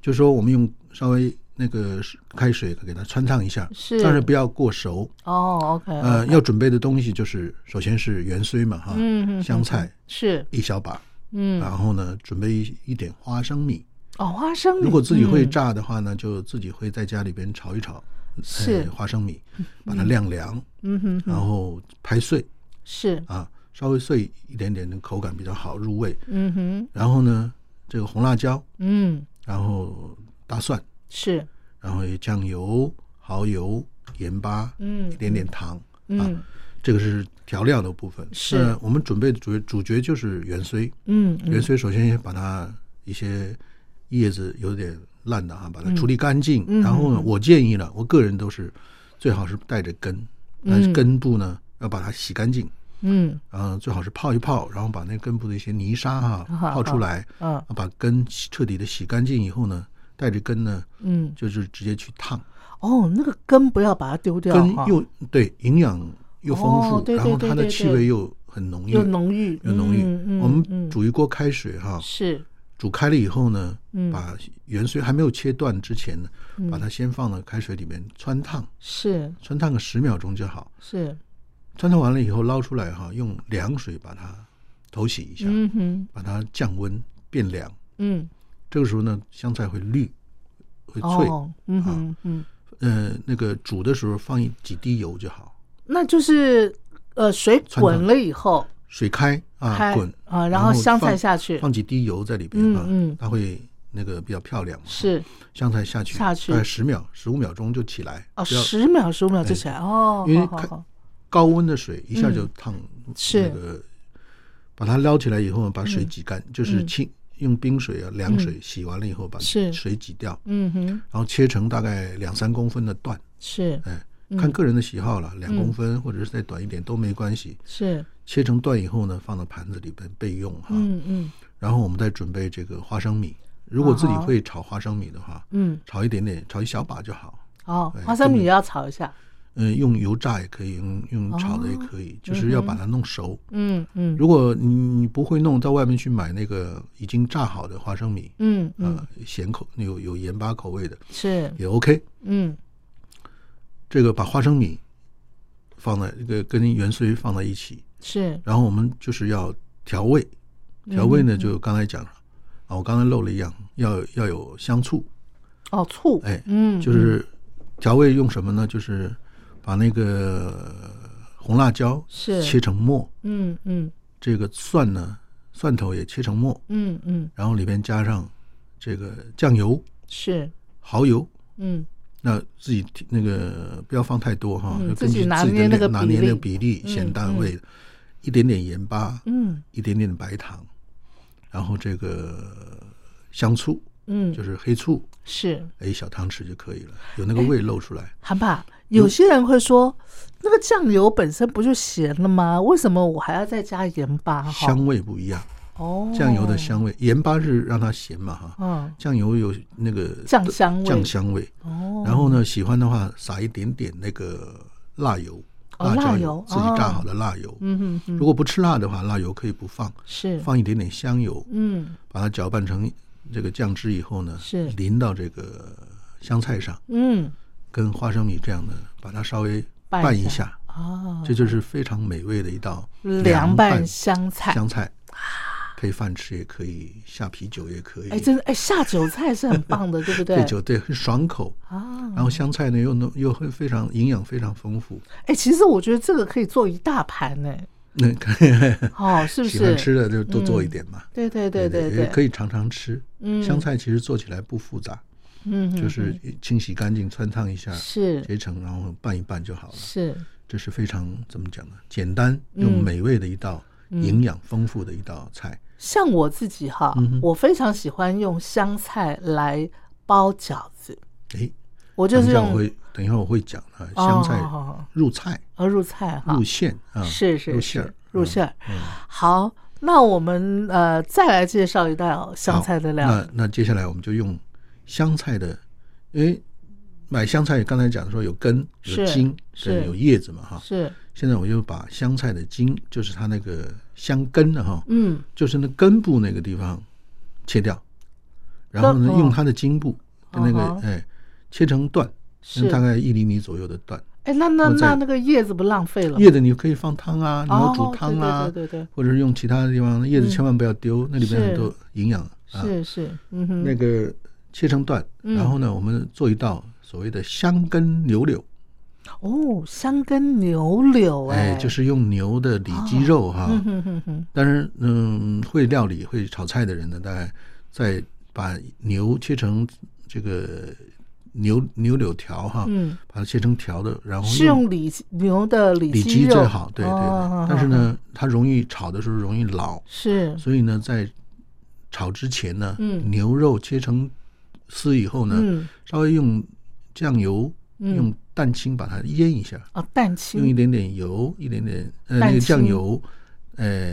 [SPEAKER 5] 就说我们用稍微那个水开水给它穿烫一下，
[SPEAKER 2] 是
[SPEAKER 5] 但是不要过熟。
[SPEAKER 2] 哦，OK，
[SPEAKER 5] 呃，要准备的东西就是，首先是圆鳃嘛，哈，
[SPEAKER 2] 嗯嗯
[SPEAKER 5] 香菜
[SPEAKER 2] 是，
[SPEAKER 5] 一小把，
[SPEAKER 2] 嗯，
[SPEAKER 5] 然后呢，准备一一点花生米。
[SPEAKER 2] 哦，花生米，
[SPEAKER 5] 如果自己会
[SPEAKER 2] 嗯
[SPEAKER 5] 炸的话呢，就自己会在家里边炒一炒，呃
[SPEAKER 2] 是
[SPEAKER 5] 花生米，把它晾凉，
[SPEAKER 2] 嗯哼哼，
[SPEAKER 5] 然后拍碎
[SPEAKER 2] 是，
[SPEAKER 5] 啊，稍微碎一点点，的口感比较好入味。
[SPEAKER 2] 嗯哼，
[SPEAKER 5] 然后呢，这个红辣椒，
[SPEAKER 2] 嗯，
[SPEAKER 5] 然后大蒜，
[SPEAKER 2] 是，
[SPEAKER 5] 然后有酱油、蚝油、盐巴，
[SPEAKER 2] 嗯
[SPEAKER 5] 一点啊点糖，
[SPEAKER 2] 嗯
[SPEAKER 5] 这个是调料的部分。
[SPEAKER 2] 是
[SPEAKER 5] 那我们准备的主主角就是圆鳃，
[SPEAKER 2] 嗯嗯
[SPEAKER 5] 圆鳃首先先把它一些叶子有点烂的啊，把它处
[SPEAKER 2] 嗯
[SPEAKER 5] 理干净。然后呢，我建议呢，我个人都是最好是带着根，但是根部呢要把它洗干净，
[SPEAKER 2] 嗯
[SPEAKER 5] 嗯、最好是泡一泡，然后把那根部的一些泥沙哈、
[SPEAKER 2] 好
[SPEAKER 5] 泡出来，
[SPEAKER 2] 嗯
[SPEAKER 5] 把根洗彻底的洗干净以后呢，带着根呢
[SPEAKER 2] 嗯，
[SPEAKER 5] 就是直接去烫，
[SPEAKER 2] 哦，那个根不要把它丢掉
[SPEAKER 5] 根
[SPEAKER 2] 哈，
[SPEAKER 5] 又对营养又丰富，
[SPEAKER 2] 哦对对
[SPEAKER 5] 然后它
[SPEAKER 2] 对
[SPEAKER 5] 的
[SPEAKER 2] 对
[SPEAKER 5] 气
[SPEAKER 2] 对
[SPEAKER 5] 味又很浓郁，
[SPEAKER 2] 又浓郁，
[SPEAKER 5] 又浓郁。
[SPEAKER 2] 嗯嗯
[SPEAKER 5] 我
[SPEAKER 2] 嗯
[SPEAKER 5] 们煮一锅开水哈、
[SPEAKER 2] 是，
[SPEAKER 5] 煮开了以后呢，
[SPEAKER 2] 嗯
[SPEAKER 5] 把原髓还没有切断之前呢，把它先放到开水里面穿烫，
[SPEAKER 2] 是
[SPEAKER 5] 穿烫个十秒钟就好。
[SPEAKER 2] 是，
[SPEAKER 5] 穿烫完了以后捞出来哈，用凉水把它头洗一下，
[SPEAKER 2] 嗯哼，
[SPEAKER 5] 把它降温变凉。
[SPEAKER 2] 嗯，
[SPEAKER 5] 这个时候呢，香菜会绿，会脆。啊
[SPEAKER 2] 哦，嗯哼嗯，
[SPEAKER 5] 呃，那个煮的时候放一几滴油就好，
[SPEAKER 2] 那就是呃，水
[SPEAKER 5] 传
[SPEAKER 2] 滚
[SPEAKER 5] 统
[SPEAKER 2] 了以后
[SPEAKER 5] 水开啊
[SPEAKER 2] 开
[SPEAKER 5] 滚
[SPEAKER 2] 啊，然
[SPEAKER 5] 然
[SPEAKER 2] 后香菜
[SPEAKER 5] 放
[SPEAKER 2] 下去
[SPEAKER 5] 放几滴油在里边
[SPEAKER 2] 嗯
[SPEAKER 5] 啊，
[SPEAKER 2] 嗯
[SPEAKER 5] 它会那个比较漂亮嘛。
[SPEAKER 2] 是
[SPEAKER 5] 香菜下去，
[SPEAKER 2] 下去
[SPEAKER 5] 大概十秒、十五秒钟就起来。
[SPEAKER 2] 哦，
[SPEAKER 5] 不要哎
[SPEAKER 2] 十秒十五秒就起来哦，
[SPEAKER 5] 因为
[SPEAKER 2] 好好
[SPEAKER 5] 开
[SPEAKER 2] 好
[SPEAKER 5] 高温的水一
[SPEAKER 2] 嗯
[SPEAKER 5] 下就烫
[SPEAKER 2] 是嗯
[SPEAKER 5] 那个，把它捞起来以后，把水挤干，就是清用冰水啊、凉水洗完了以后，把
[SPEAKER 2] 是
[SPEAKER 5] 水挤掉，
[SPEAKER 2] 嗯哼
[SPEAKER 5] 然后切成大概两三公分的段，
[SPEAKER 2] 是
[SPEAKER 5] 哎，看个人的喜好了，两
[SPEAKER 2] 嗯
[SPEAKER 5] 公分或者是再短一点都没关系。
[SPEAKER 2] 是
[SPEAKER 5] 切成段以后呢，放到盘子里边备用哈。
[SPEAKER 2] 嗯嗯
[SPEAKER 5] 然后我们再准备这个花生米，如果自
[SPEAKER 2] 哦
[SPEAKER 5] 己会炒花生米的话，
[SPEAKER 2] 嗯
[SPEAKER 5] 炒一点点，炒一小把就好。
[SPEAKER 2] 哦，
[SPEAKER 5] 哎
[SPEAKER 2] 花生
[SPEAKER 5] 这
[SPEAKER 2] 米
[SPEAKER 5] 么
[SPEAKER 2] 也要炒一下，
[SPEAKER 5] 嗯，用油炸也可以，用用炒的也
[SPEAKER 2] 哦
[SPEAKER 5] 可以，就是要把它弄熟。
[SPEAKER 2] 嗯嗯
[SPEAKER 5] 如果你你不会弄，到外面去买那个已经炸好的花生米，
[SPEAKER 2] 嗯嗯
[SPEAKER 5] 啊，咸口有有盐巴口味的
[SPEAKER 2] 是
[SPEAKER 5] 也 OK。
[SPEAKER 2] 嗯
[SPEAKER 5] 这个把花生米放在这个跟原髓放在一起，
[SPEAKER 2] 是
[SPEAKER 5] 然后我们就是要调味，调味
[SPEAKER 2] 嗯
[SPEAKER 5] 呢就刚才讲了啊，我刚才漏了一样，要要有香醋，
[SPEAKER 2] 哦醋
[SPEAKER 5] 哎，
[SPEAKER 2] 嗯
[SPEAKER 5] 就是调味用什么呢？就是把那个红辣椒
[SPEAKER 2] 是
[SPEAKER 5] 切成末，
[SPEAKER 2] 嗯嗯
[SPEAKER 5] 这个蒜呢蒜头也切成末，
[SPEAKER 2] 嗯嗯
[SPEAKER 5] 然后里边加上这个酱油、
[SPEAKER 2] 是
[SPEAKER 5] 蚝油，
[SPEAKER 2] 嗯
[SPEAKER 5] 那自己提那个不要放太多哈，
[SPEAKER 2] 嗯
[SPEAKER 5] 就
[SPEAKER 2] 自
[SPEAKER 5] 根
[SPEAKER 2] 己
[SPEAKER 5] 据
[SPEAKER 2] 拿
[SPEAKER 5] 自己
[SPEAKER 2] 捏那
[SPEAKER 5] 的
[SPEAKER 2] 个
[SPEAKER 5] 拿
[SPEAKER 2] 比
[SPEAKER 5] 捏那
[SPEAKER 2] 例
[SPEAKER 5] 个比例、
[SPEAKER 2] 嗯
[SPEAKER 5] 咸淡味，一点点盐巴，
[SPEAKER 2] 嗯
[SPEAKER 5] 一点点白糖，然后这个香醋
[SPEAKER 2] 嗯
[SPEAKER 5] 就是黑醋，
[SPEAKER 2] 是
[SPEAKER 5] 哎，一小汤匙就可以了，有那个味露出来。
[SPEAKER 2] 韩爸，有些人会说那个酱油本身不就咸了吗？为什么我还要再加盐巴？哈
[SPEAKER 5] 香味不一样，
[SPEAKER 2] 哦
[SPEAKER 5] 酱油的香味，盐巴是让它咸嘛哈，
[SPEAKER 2] 嗯
[SPEAKER 5] 酱油有那个
[SPEAKER 2] 酱香味
[SPEAKER 5] 酱香味，
[SPEAKER 2] 哦
[SPEAKER 5] 然后呢，喜欢的话撒一点点那个辣油，
[SPEAKER 2] 哦
[SPEAKER 5] 辣椒
[SPEAKER 2] 辣油
[SPEAKER 5] 自己炸好的辣油。
[SPEAKER 2] 嗯嗯嗯
[SPEAKER 5] 如果不吃辣的话，辣油可以不放，
[SPEAKER 2] 是
[SPEAKER 5] 放一点点香油，
[SPEAKER 2] 嗯
[SPEAKER 5] 把它搅拌成这个酱汁以后呢，
[SPEAKER 2] 是
[SPEAKER 5] 淋到这个香菜上，
[SPEAKER 2] 嗯
[SPEAKER 5] 跟花生米这样的，把它稍微
[SPEAKER 2] 拌
[SPEAKER 5] 拌
[SPEAKER 2] 一
[SPEAKER 5] 一
[SPEAKER 2] 下
[SPEAKER 5] 下，
[SPEAKER 2] 啊
[SPEAKER 5] 这就是非常美味的一道
[SPEAKER 2] 凉拌
[SPEAKER 5] 拌
[SPEAKER 2] 香菜。
[SPEAKER 5] 香菜，配饭吃也可以，下啤酒也可以，
[SPEAKER 2] 哎，真的哎，下酒菜是很棒 的，对不对？
[SPEAKER 5] 对酒对很爽口。
[SPEAKER 2] 啊，
[SPEAKER 5] 然后香菜呢，又能又会非常营养非常丰富，
[SPEAKER 2] 哎，其实我觉得这个可以做一大盘呢，
[SPEAKER 5] 那看
[SPEAKER 2] 哦，是不
[SPEAKER 5] 喜欢
[SPEAKER 2] 是？
[SPEAKER 5] 吃的就多做一点嘛。
[SPEAKER 2] 对对对
[SPEAKER 5] 对
[SPEAKER 2] 对
[SPEAKER 5] 也可
[SPEAKER 2] 以，
[SPEAKER 5] 以常常吃。
[SPEAKER 2] 嗯
[SPEAKER 5] 香菜其实做起来不复杂，
[SPEAKER 2] 嗯，
[SPEAKER 5] 就是清洗干净、穿烫一下，
[SPEAKER 2] 是
[SPEAKER 5] 切成，然后拌一拌就好了。
[SPEAKER 2] 是，
[SPEAKER 5] 这是非常怎么讲呢？简单
[SPEAKER 2] 嗯
[SPEAKER 5] 又美味的一道营养丰富的一道菜。
[SPEAKER 2] 像我自己哈，
[SPEAKER 5] 嗯哼
[SPEAKER 2] 我非常喜欢用香菜来包饺子，
[SPEAKER 5] 诶，
[SPEAKER 2] 我就
[SPEAKER 5] 等
[SPEAKER 2] 是
[SPEAKER 5] 一下我
[SPEAKER 2] 用
[SPEAKER 5] 会，等一下我会讲啊，香菜
[SPEAKER 2] 哦好好好
[SPEAKER 5] 入菜、
[SPEAKER 2] 呃入菜哈，
[SPEAKER 5] 入馅啊，
[SPEAKER 2] 是是
[SPEAKER 5] 入
[SPEAKER 2] 是
[SPEAKER 5] 馅儿
[SPEAKER 2] 入
[SPEAKER 5] 嗯
[SPEAKER 2] 馅儿。好，那我们呃再来介绍一道香
[SPEAKER 5] 好
[SPEAKER 2] 菜的料理。
[SPEAKER 5] 那那接下来我们就用香菜的，因为买香菜刚才讲说有根、有
[SPEAKER 2] 是
[SPEAKER 5] 茎、
[SPEAKER 2] 是
[SPEAKER 5] 跟有叶子嘛哈。
[SPEAKER 2] 是，
[SPEAKER 5] 现在我就把香菜的茎，就是它那个香根的哈，
[SPEAKER 2] 嗯，
[SPEAKER 5] 就是那根部那个地方切掉，然后呢
[SPEAKER 2] 根哦
[SPEAKER 5] 用它的茎部跟那
[SPEAKER 2] 哦
[SPEAKER 5] 个
[SPEAKER 2] 吼
[SPEAKER 5] 哎切成段，
[SPEAKER 2] 是
[SPEAKER 5] 大概一厘米左右的段。
[SPEAKER 2] 哎，那那
[SPEAKER 5] 我再
[SPEAKER 2] 那那个叶子不浪费了吗？
[SPEAKER 5] 叶子你可以放汤啊，你要煮汤啊，
[SPEAKER 2] 哦对对对对
[SPEAKER 5] 或者是用其他的地方，叶子千万不要丢，那里边很多营养啊。
[SPEAKER 2] 是嗯是，嗯哼，
[SPEAKER 5] 那个切成段，然后呢，我们做一道所谓的香根牛柳，
[SPEAKER 2] 哦，香根牛柳，
[SPEAKER 5] 哎，就是用牛的里脊肉哈。
[SPEAKER 2] 嗯哼哼哼，
[SPEAKER 5] 当然，嗯，会料理会炒菜的人呢，大概再把牛切成这个牛牛柳条哈，
[SPEAKER 2] 嗯
[SPEAKER 5] 把它切成条的，然后
[SPEAKER 2] 是用里脊牛的里
[SPEAKER 5] 里脊
[SPEAKER 2] 肉
[SPEAKER 5] 最好，对对
[SPEAKER 2] 哦
[SPEAKER 5] 对。但是，呢，它容易炒的时候容易老，
[SPEAKER 2] 是
[SPEAKER 5] 所以呢，在炒之前呢，
[SPEAKER 2] 嗯
[SPEAKER 5] 牛肉切成丝以后呢，
[SPEAKER 2] 嗯
[SPEAKER 5] 稍微用酱油、
[SPEAKER 2] 嗯
[SPEAKER 5] 呃用蛋清把它腌一下，
[SPEAKER 2] 哦，蛋
[SPEAKER 5] 用一
[SPEAKER 2] 清，
[SPEAKER 5] 点点油、一点点呃
[SPEAKER 2] 蛋
[SPEAKER 5] 那个
[SPEAKER 2] 清
[SPEAKER 5] 酱油、呃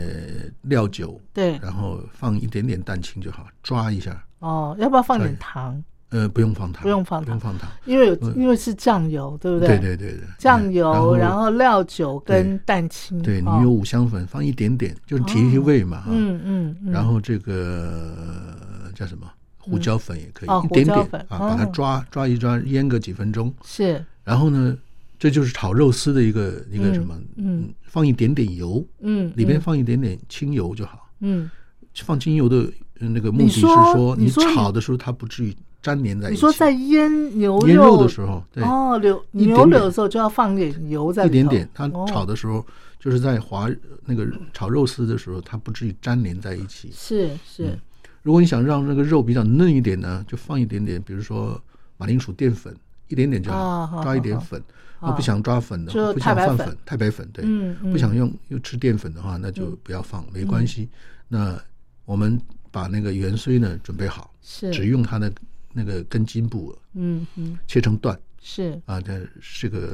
[SPEAKER 5] 料酒，
[SPEAKER 2] 对
[SPEAKER 5] 然后放一点点蛋清就好，抓一下，
[SPEAKER 2] 哦，要不要放点
[SPEAKER 5] 对
[SPEAKER 2] 糖？
[SPEAKER 5] 呃，不用放糖，
[SPEAKER 2] 不用放糖
[SPEAKER 5] 不用放糖，
[SPEAKER 2] 因为有
[SPEAKER 5] 嗯
[SPEAKER 2] 因为是酱油，对不
[SPEAKER 5] 对
[SPEAKER 2] 对
[SPEAKER 5] 对对对，
[SPEAKER 2] 酱
[SPEAKER 5] 嗯
[SPEAKER 2] 油，然
[SPEAKER 5] 然
[SPEAKER 2] 后料酒
[SPEAKER 5] 对
[SPEAKER 2] 跟蛋清，
[SPEAKER 5] 对你
[SPEAKER 2] 哦
[SPEAKER 5] 有五香粉，放一点点，就是提提味嘛，哈
[SPEAKER 2] 嗯嗯嗯，
[SPEAKER 5] 然后这个叫什么胡椒粉也可以，
[SPEAKER 2] 哦
[SPEAKER 5] 一点
[SPEAKER 2] 胡椒
[SPEAKER 5] 点
[SPEAKER 2] 粉
[SPEAKER 5] 啊，把它
[SPEAKER 2] 哦
[SPEAKER 5] 抓抓一抓，腌个几分钟。
[SPEAKER 2] 是
[SPEAKER 5] 然后呢，这就是炒肉丝的一个一个什么，
[SPEAKER 2] 嗯嗯，
[SPEAKER 5] 放一点点油，
[SPEAKER 2] 嗯
[SPEAKER 5] 里边
[SPEAKER 2] 嗯
[SPEAKER 5] 放一点点清油就好。
[SPEAKER 2] 嗯，
[SPEAKER 5] 放清油的呃那个目的是
[SPEAKER 2] 说你
[SPEAKER 5] 你
[SPEAKER 2] 说你
[SPEAKER 5] 炒的时候它不至于粘连在一
[SPEAKER 2] 你
[SPEAKER 5] 起。
[SPEAKER 2] 说在腌牛
[SPEAKER 5] 腌肉的时候，对，
[SPEAKER 2] 哦，柳
[SPEAKER 5] 一点
[SPEAKER 2] 牛柳
[SPEAKER 5] 点
[SPEAKER 2] 的时候就要放点油在
[SPEAKER 5] 一
[SPEAKER 2] 里
[SPEAKER 5] 点
[SPEAKER 2] 头
[SPEAKER 5] 点，它
[SPEAKER 2] 哦
[SPEAKER 5] 炒的时候就是在滑那个炒肉丝的时候，它不至于粘连在一起。
[SPEAKER 2] 是
[SPEAKER 5] 嗯
[SPEAKER 2] 是，
[SPEAKER 5] 如果你想让那个肉比较嫩一点呢，就放一点点，比如说马铃薯淀粉，一点点就
[SPEAKER 2] 啊好
[SPEAKER 5] 好，抓一点粉。
[SPEAKER 2] 好
[SPEAKER 5] 啊，不想抓粉
[SPEAKER 2] 就
[SPEAKER 5] 的，不想
[SPEAKER 2] 太白
[SPEAKER 5] 放
[SPEAKER 2] 粉
[SPEAKER 5] 粉，太白粉对
[SPEAKER 2] 哦嗯嗯，
[SPEAKER 5] 不想用又吃淀粉的话，那就不要放，没关系。那我们把那个圆锥呢准备好，
[SPEAKER 2] 是
[SPEAKER 5] 只用它的那个根茎部
[SPEAKER 2] 嗯嗯
[SPEAKER 5] 切成段
[SPEAKER 2] 是
[SPEAKER 5] 啊，这是个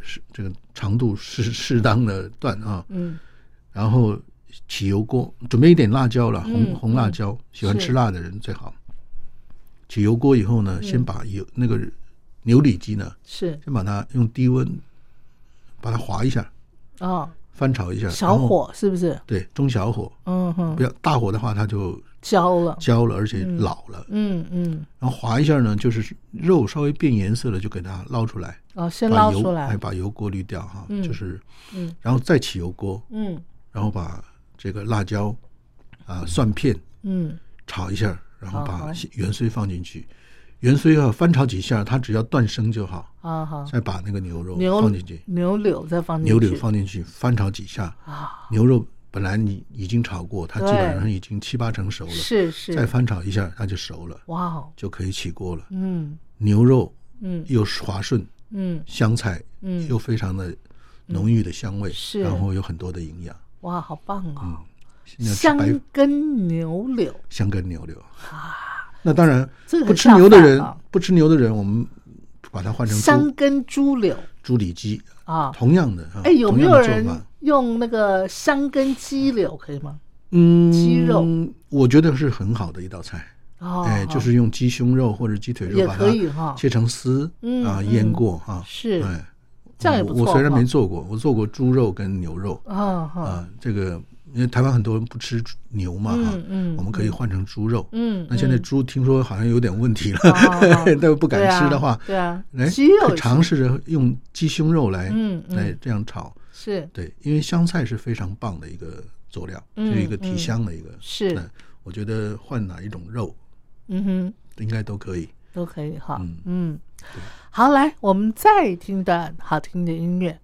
[SPEAKER 5] 是这个长度适适当的段啊，
[SPEAKER 2] 嗯
[SPEAKER 5] 然后起油锅，准备一点辣椒了，
[SPEAKER 2] 嗯
[SPEAKER 5] 红红辣椒，喜欢
[SPEAKER 2] 是
[SPEAKER 5] 吃辣的人最好。起油锅以后
[SPEAKER 2] 嗯
[SPEAKER 5] 呢，先把油那个牛里脊呢，
[SPEAKER 2] 是
[SPEAKER 5] 先把它用低温把它划一下，
[SPEAKER 2] 哦，
[SPEAKER 5] 翻炒一下，
[SPEAKER 2] 小
[SPEAKER 5] 然后
[SPEAKER 2] 火是不是？
[SPEAKER 5] 对中小火，
[SPEAKER 2] 嗯哼
[SPEAKER 5] 不，要大火的话它就
[SPEAKER 2] 焦了，
[SPEAKER 5] 焦了，而且老了。
[SPEAKER 2] 嗯嗯，
[SPEAKER 5] 然后划一下呢，就是肉稍微变颜色了，就给它捞出来，
[SPEAKER 2] 哦，先
[SPEAKER 5] 把
[SPEAKER 2] 捞
[SPEAKER 5] 油
[SPEAKER 2] 出
[SPEAKER 5] 哎
[SPEAKER 2] 来，
[SPEAKER 5] 把油过滤掉哈，
[SPEAKER 2] 嗯
[SPEAKER 5] 就是
[SPEAKER 2] 嗯，
[SPEAKER 5] 然后再起油锅，
[SPEAKER 2] 嗯
[SPEAKER 5] 然后把这个辣椒啊蒜片
[SPEAKER 2] 嗯
[SPEAKER 5] 炒一下，然后
[SPEAKER 2] 好
[SPEAKER 5] 把
[SPEAKER 2] 好
[SPEAKER 5] 元荽放进去，元荽要翻炒几下，它只要断生就好，
[SPEAKER 2] 啊好，
[SPEAKER 5] 再把那个牛肉
[SPEAKER 2] 牛
[SPEAKER 5] 放进去，
[SPEAKER 2] 牛柳再放进
[SPEAKER 5] 牛柳
[SPEAKER 2] 去
[SPEAKER 5] 放进去翻炒几下，
[SPEAKER 2] 啊，
[SPEAKER 5] 牛肉本来你已经炒过，它
[SPEAKER 2] 对
[SPEAKER 5] 基本上已经七八成熟了，
[SPEAKER 2] 是
[SPEAKER 5] 再
[SPEAKER 2] 是，
[SPEAKER 5] 翻炒一下它就熟了，
[SPEAKER 2] 哇哦，
[SPEAKER 5] 就可以起锅了。
[SPEAKER 2] 嗯
[SPEAKER 5] 牛肉
[SPEAKER 2] 嗯
[SPEAKER 5] 又滑顺，
[SPEAKER 2] 嗯
[SPEAKER 5] 香菜
[SPEAKER 2] 嗯，
[SPEAKER 5] 又非常的浓郁的香味，
[SPEAKER 2] 是
[SPEAKER 5] 然后有很多的营养。
[SPEAKER 2] 哇，好棒哦，
[SPEAKER 5] 现在吃
[SPEAKER 2] 香
[SPEAKER 5] 嗯白
[SPEAKER 2] 根牛柳
[SPEAKER 5] 香根牛柳那当然
[SPEAKER 2] 啊这个，很
[SPEAKER 5] 不吃牛的
[SPEAKER 2] 下
[SPEAKER 5] 人
[SPEAKER 2] 饭啊，
[SPEAKER 5] 不吃牛的人，我们把它换成
[SPEAKER 2] 香
[SPEAKER 5] 猪
[SPEAKER 2] 根猪柳
[SPEAKER 5] 猪里脊，
[SPEAKER 2] 啊，
[SPEAKER 5] 同样的啊，
[SPEAKER 2] 哎，有
[SPEAKER 5] 同
[SPEAKER 2] 没
[SPEAKER 5] 样
[SPEAKER 2] 有
[SPEAKER 5] 的做
[SPEAKER 2] 人
[SPEAKER 5] 法。
[SPEAKER 2] 用那个香根鸡柳可以吗？
[SPEAKER 5] 嗯，
[SPEAKER 2] 鸡肉，
[SPEAKER 5] 我觉得是很好的一道菜。
[SPEAKER 2] 哦，
[SPEAKER 5] 哎，
[SPEAKER 2] 好
[SPEAKER 5] 就是用鸡胸肉或者鸡腿
[SPEAKER 2] 也
[SPEAKER 5] 肉把
[SPEAKER 2] 可以哈
[SPEAKER 5] 它切成丝
[SPEAKER 2] 嗯
[SPEAKER 5] 啊，
[SPEAKER 2] 嗯
[SPEAKER 5] 腌过啊。
[SPEAKER 2] 是
[SPEAKER 5] 哎，
[SPEAKER 2] 这样也
[SPEAKER 5] 我
[SPEAKER 2] 不错
[SPEAKER 5] 我虽然
[SPEAKER 2] 哈
[SPEAKER 5] 没做过，我做过猪肉跟牛肉
[SPEAKER 2] 啊哈，
[SPEAKER 5] 啊。这个因为台湾很多人不吃猪牛嘛哈
[SPEAKER 2] 嗯嗯，
[SPEAKER 5] 我们可以换成猪肉。
[SPEAKER 2] 嗯，
[SPEAKER 5] 那现在
[SPEAKER 2] 嗯
[SPEAKER 5] 猪听说好像有点问题了
[SPEAKER 2] 哦，
[SPEAKER 5] 但不敢吃的话，
[SPEAKER 2] 对啊，对
[SPEAKER 5] 哎
[SPEAKER 2] 啊，鸡肉
[SPEAKER 5] 可以尝试哎着用鸡胸肉来
[SPEAKER 2] 嗯嗯
[SPEAKER 5] 来这样炒。
[SPEAKER 2] 是
[SPEAKER 5] 对，因为香菜是非常棒的一个佐料，
[SPEAKER 2] 嗯
[SPEAKER 5] 是一个提香的一个。
[SPEAKER 2] 是
[SPEAKER 5] 那我觉得换哪一种肉
[SPEAKER 2] 嗯哼，
[SPEAKER 5] 应该都可以。
[SPEAKER 2] 都可以哈
[SPEAKER 5] 嗯，
[SPEAKER 2] 嗯，好，来，我们再听一段好听的音乐，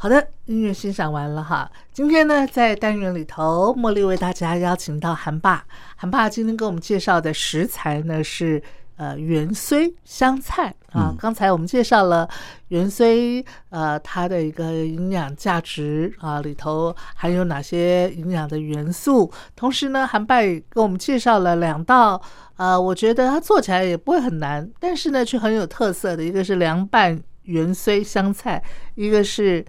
[SPEAKER 2] 好的，音乐欣赏完了哈。今天呢，在单元里头，茉莉为大家邀请到韩爸。韩爸今天给我们介绍的食材呢是呃芫荽香菜
[SPEAKER 5] 嗯
[SPEAKER 2] 啊。刚才我们介绍了芫荽，呃，它的一个营养价值啊，里头含有哪些营养的元素。同时呢，韩爸也给我们介绍了两道。呃，我觉得它做起来也不会很难，但是呢，却很有特色的。一个是凉拌芫荽香菜，一个是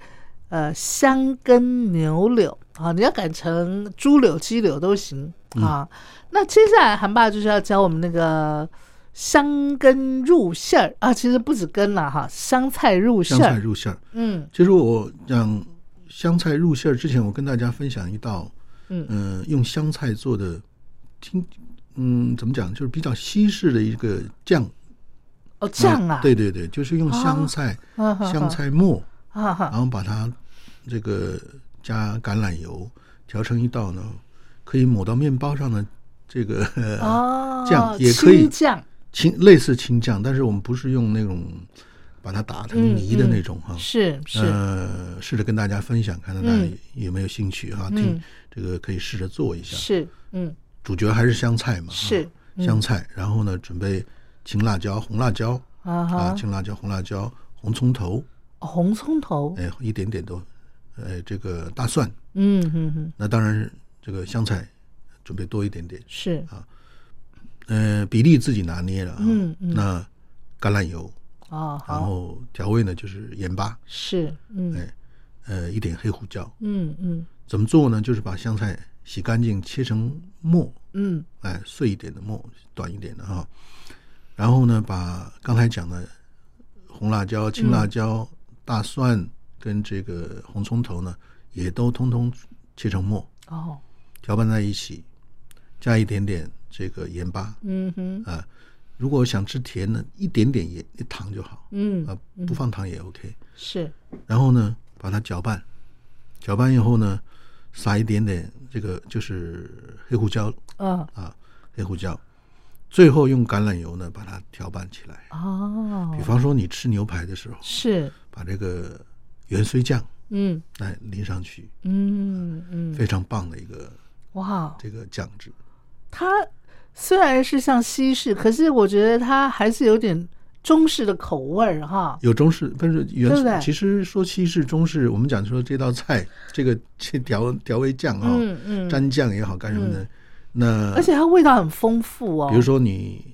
[SPEAKER 2] 呃香根牛柳啊，你要改成猪柳、鸡柳都行
[SPEAKER 5] 嗯
[SPEAKER 2] 啊。那接下来韩爸就是要教我们那个香根入馅儿啊，其实不止根了哈，香菜入馅
[SPEAKER 5] 香菜
[SPEAKER 2] 儿，
[SPEAKER 5] 入馅儿。
[SPEAKER 2] 嗯
[SPEAKER 5] 其实我讲香菜入馅儿之前，我跟大家分享一道，
[SPEAKER 2] 嗯
[SPEAKER 5] 呃用香菜做的，听，嗯，怎么讲，就是比较西式的一个酱
[SPEAKER 2] 哦酱啊，
[SPEAKER 5] 嗯对对对，就是用香菜、
[SPEAKER 2] 啊哈哈
[SPEAKER 5] 香菜末，
[SPEAKER 2] 哈哈，
[SPEAKER 5] 然后把它这个加橄榄油调成一道呢，可以抹到面包上的这个、
[SPEAKER 2] 哦
[SPEAKER 5] 啊酱也可以
[SPEAKER 2] 青酱
[SPEAKER 5] 青类似青酱，但是我们不是用那种把它打成泥的那种哈。
[SPEAKER 2] 是嗯是、
[SPEAKER 5] 呃，试着跟大家分享，看看大家
[SPEAKER 2] 嗯
[SPEAKER 5] 有没有兴趣哈、
[SPEAKER 2] 嗯
[SPEAKER 5] 听这个可以试着做一下。
[SPEAKER 2] 是，嗯
[SPEAKER 5] 主角还是香菜嘛？哈
[SPEAKER 2] 是嗯
[SPEAKER 5] 香菜。然后呢，准备青辣椒、红辣椒
[SPEAKER 2] 啊
[SPEAKER 5] 啊，
[SPEAKER 2] 哈，
[SPEAKER 5] 青辣椒、红辣椒、红葱头，
[SPEAKER 2] 红葱头，
[SPEAKER 5] 哎，一点点都，哎，这个大蒜。
[SPEAKER 2] 嗯嗯嗯，
[SPEAKER 5] 那当然，这个香菜准备多一点点，
[SPEAKER 2] 是
[SPEAKER 5] 呃，比例自己拿捏了啊。
[SPEAKER 2] 嗯嗯
[SPEAKER 5] 那橄榄油，
[SPEAKER 2] 哦
[SPEAKER 5] 然
[SPEAKER 2] 好
[SPEAKER 5] 后调味呢就是盐巴，
[SPEAKER 2] 是，嗯
[SPEAKER 5] 哎，呃，一点黑胡椒。
[SPEAKER 2] 嗯嗯
[SPEAKER 5] 怎么做呢？就是把香菜洗干净，切成末，
[SPEAKER 2] 嗯
[SPEAKER 5] 哎，碎一点的末，短一点的哈。然后呢，把刚才讲的红辣椒、青辣椒、
[SPEAKER 2] 嗯
[SPEAKER 5] 大蒜跟这个红葱头呢，也都通通切成末，
[SPEAKER 2] 哦
[SPEAKER 5] 搅拌在一起，加一点点这个盐巴。
[SPEAKER 2] 嗯哼
[SPEAKER 5] 啊如果想吃甜呢，一点点盐糖就好，
[SPEAKER 2] 嗯
[SPEAKER 5] 啊，不放糖也 OK。
[SPEAKER 2] 是
[SPEAKER 5] 然后呢，把它搅拌，搅拌以后呢，撒一点点这个就是黑胡椒
[SPEAKER 2] 嗯
[SPEAKER 5] 啊，黑胡椒，最后用橄榄油呢把它调拌起来。
[SPEAKER 2] 哦
[SPEAKER 5] 比方说你吃牛排的时候，
[SPEAKER 2] 是
[SPEAKER 5] 把这个芫荽酱
[SPEAKER 2] 嗯
[SPEAKER 5] 来淋上去，
[SPEAKER 2] 嗯嗯
[SPEAKER 5] 非常棒的一个
[SPEAKER 2] 哇，
[SPEAKER 5] 这个酱汁。
[SPEAKER 2] 它虽然是像西式，可是我觉得它还是有点中式的口味儿哈。
[SPEAKER 5] 有中式，但是原
[SPEAKER 2] 对不对
[SPEAKER 5] 其实说西式、中式，我们讲说这道菜，这个这调调味酱啊、
[SPEAKER 2] 嗯嗯
[SPEAKER 5] 蘸酱也好，干什么的，那
[SPEAKER 2] 而且它味道很丰富哦，
[SPEAKER 5] 比如，说你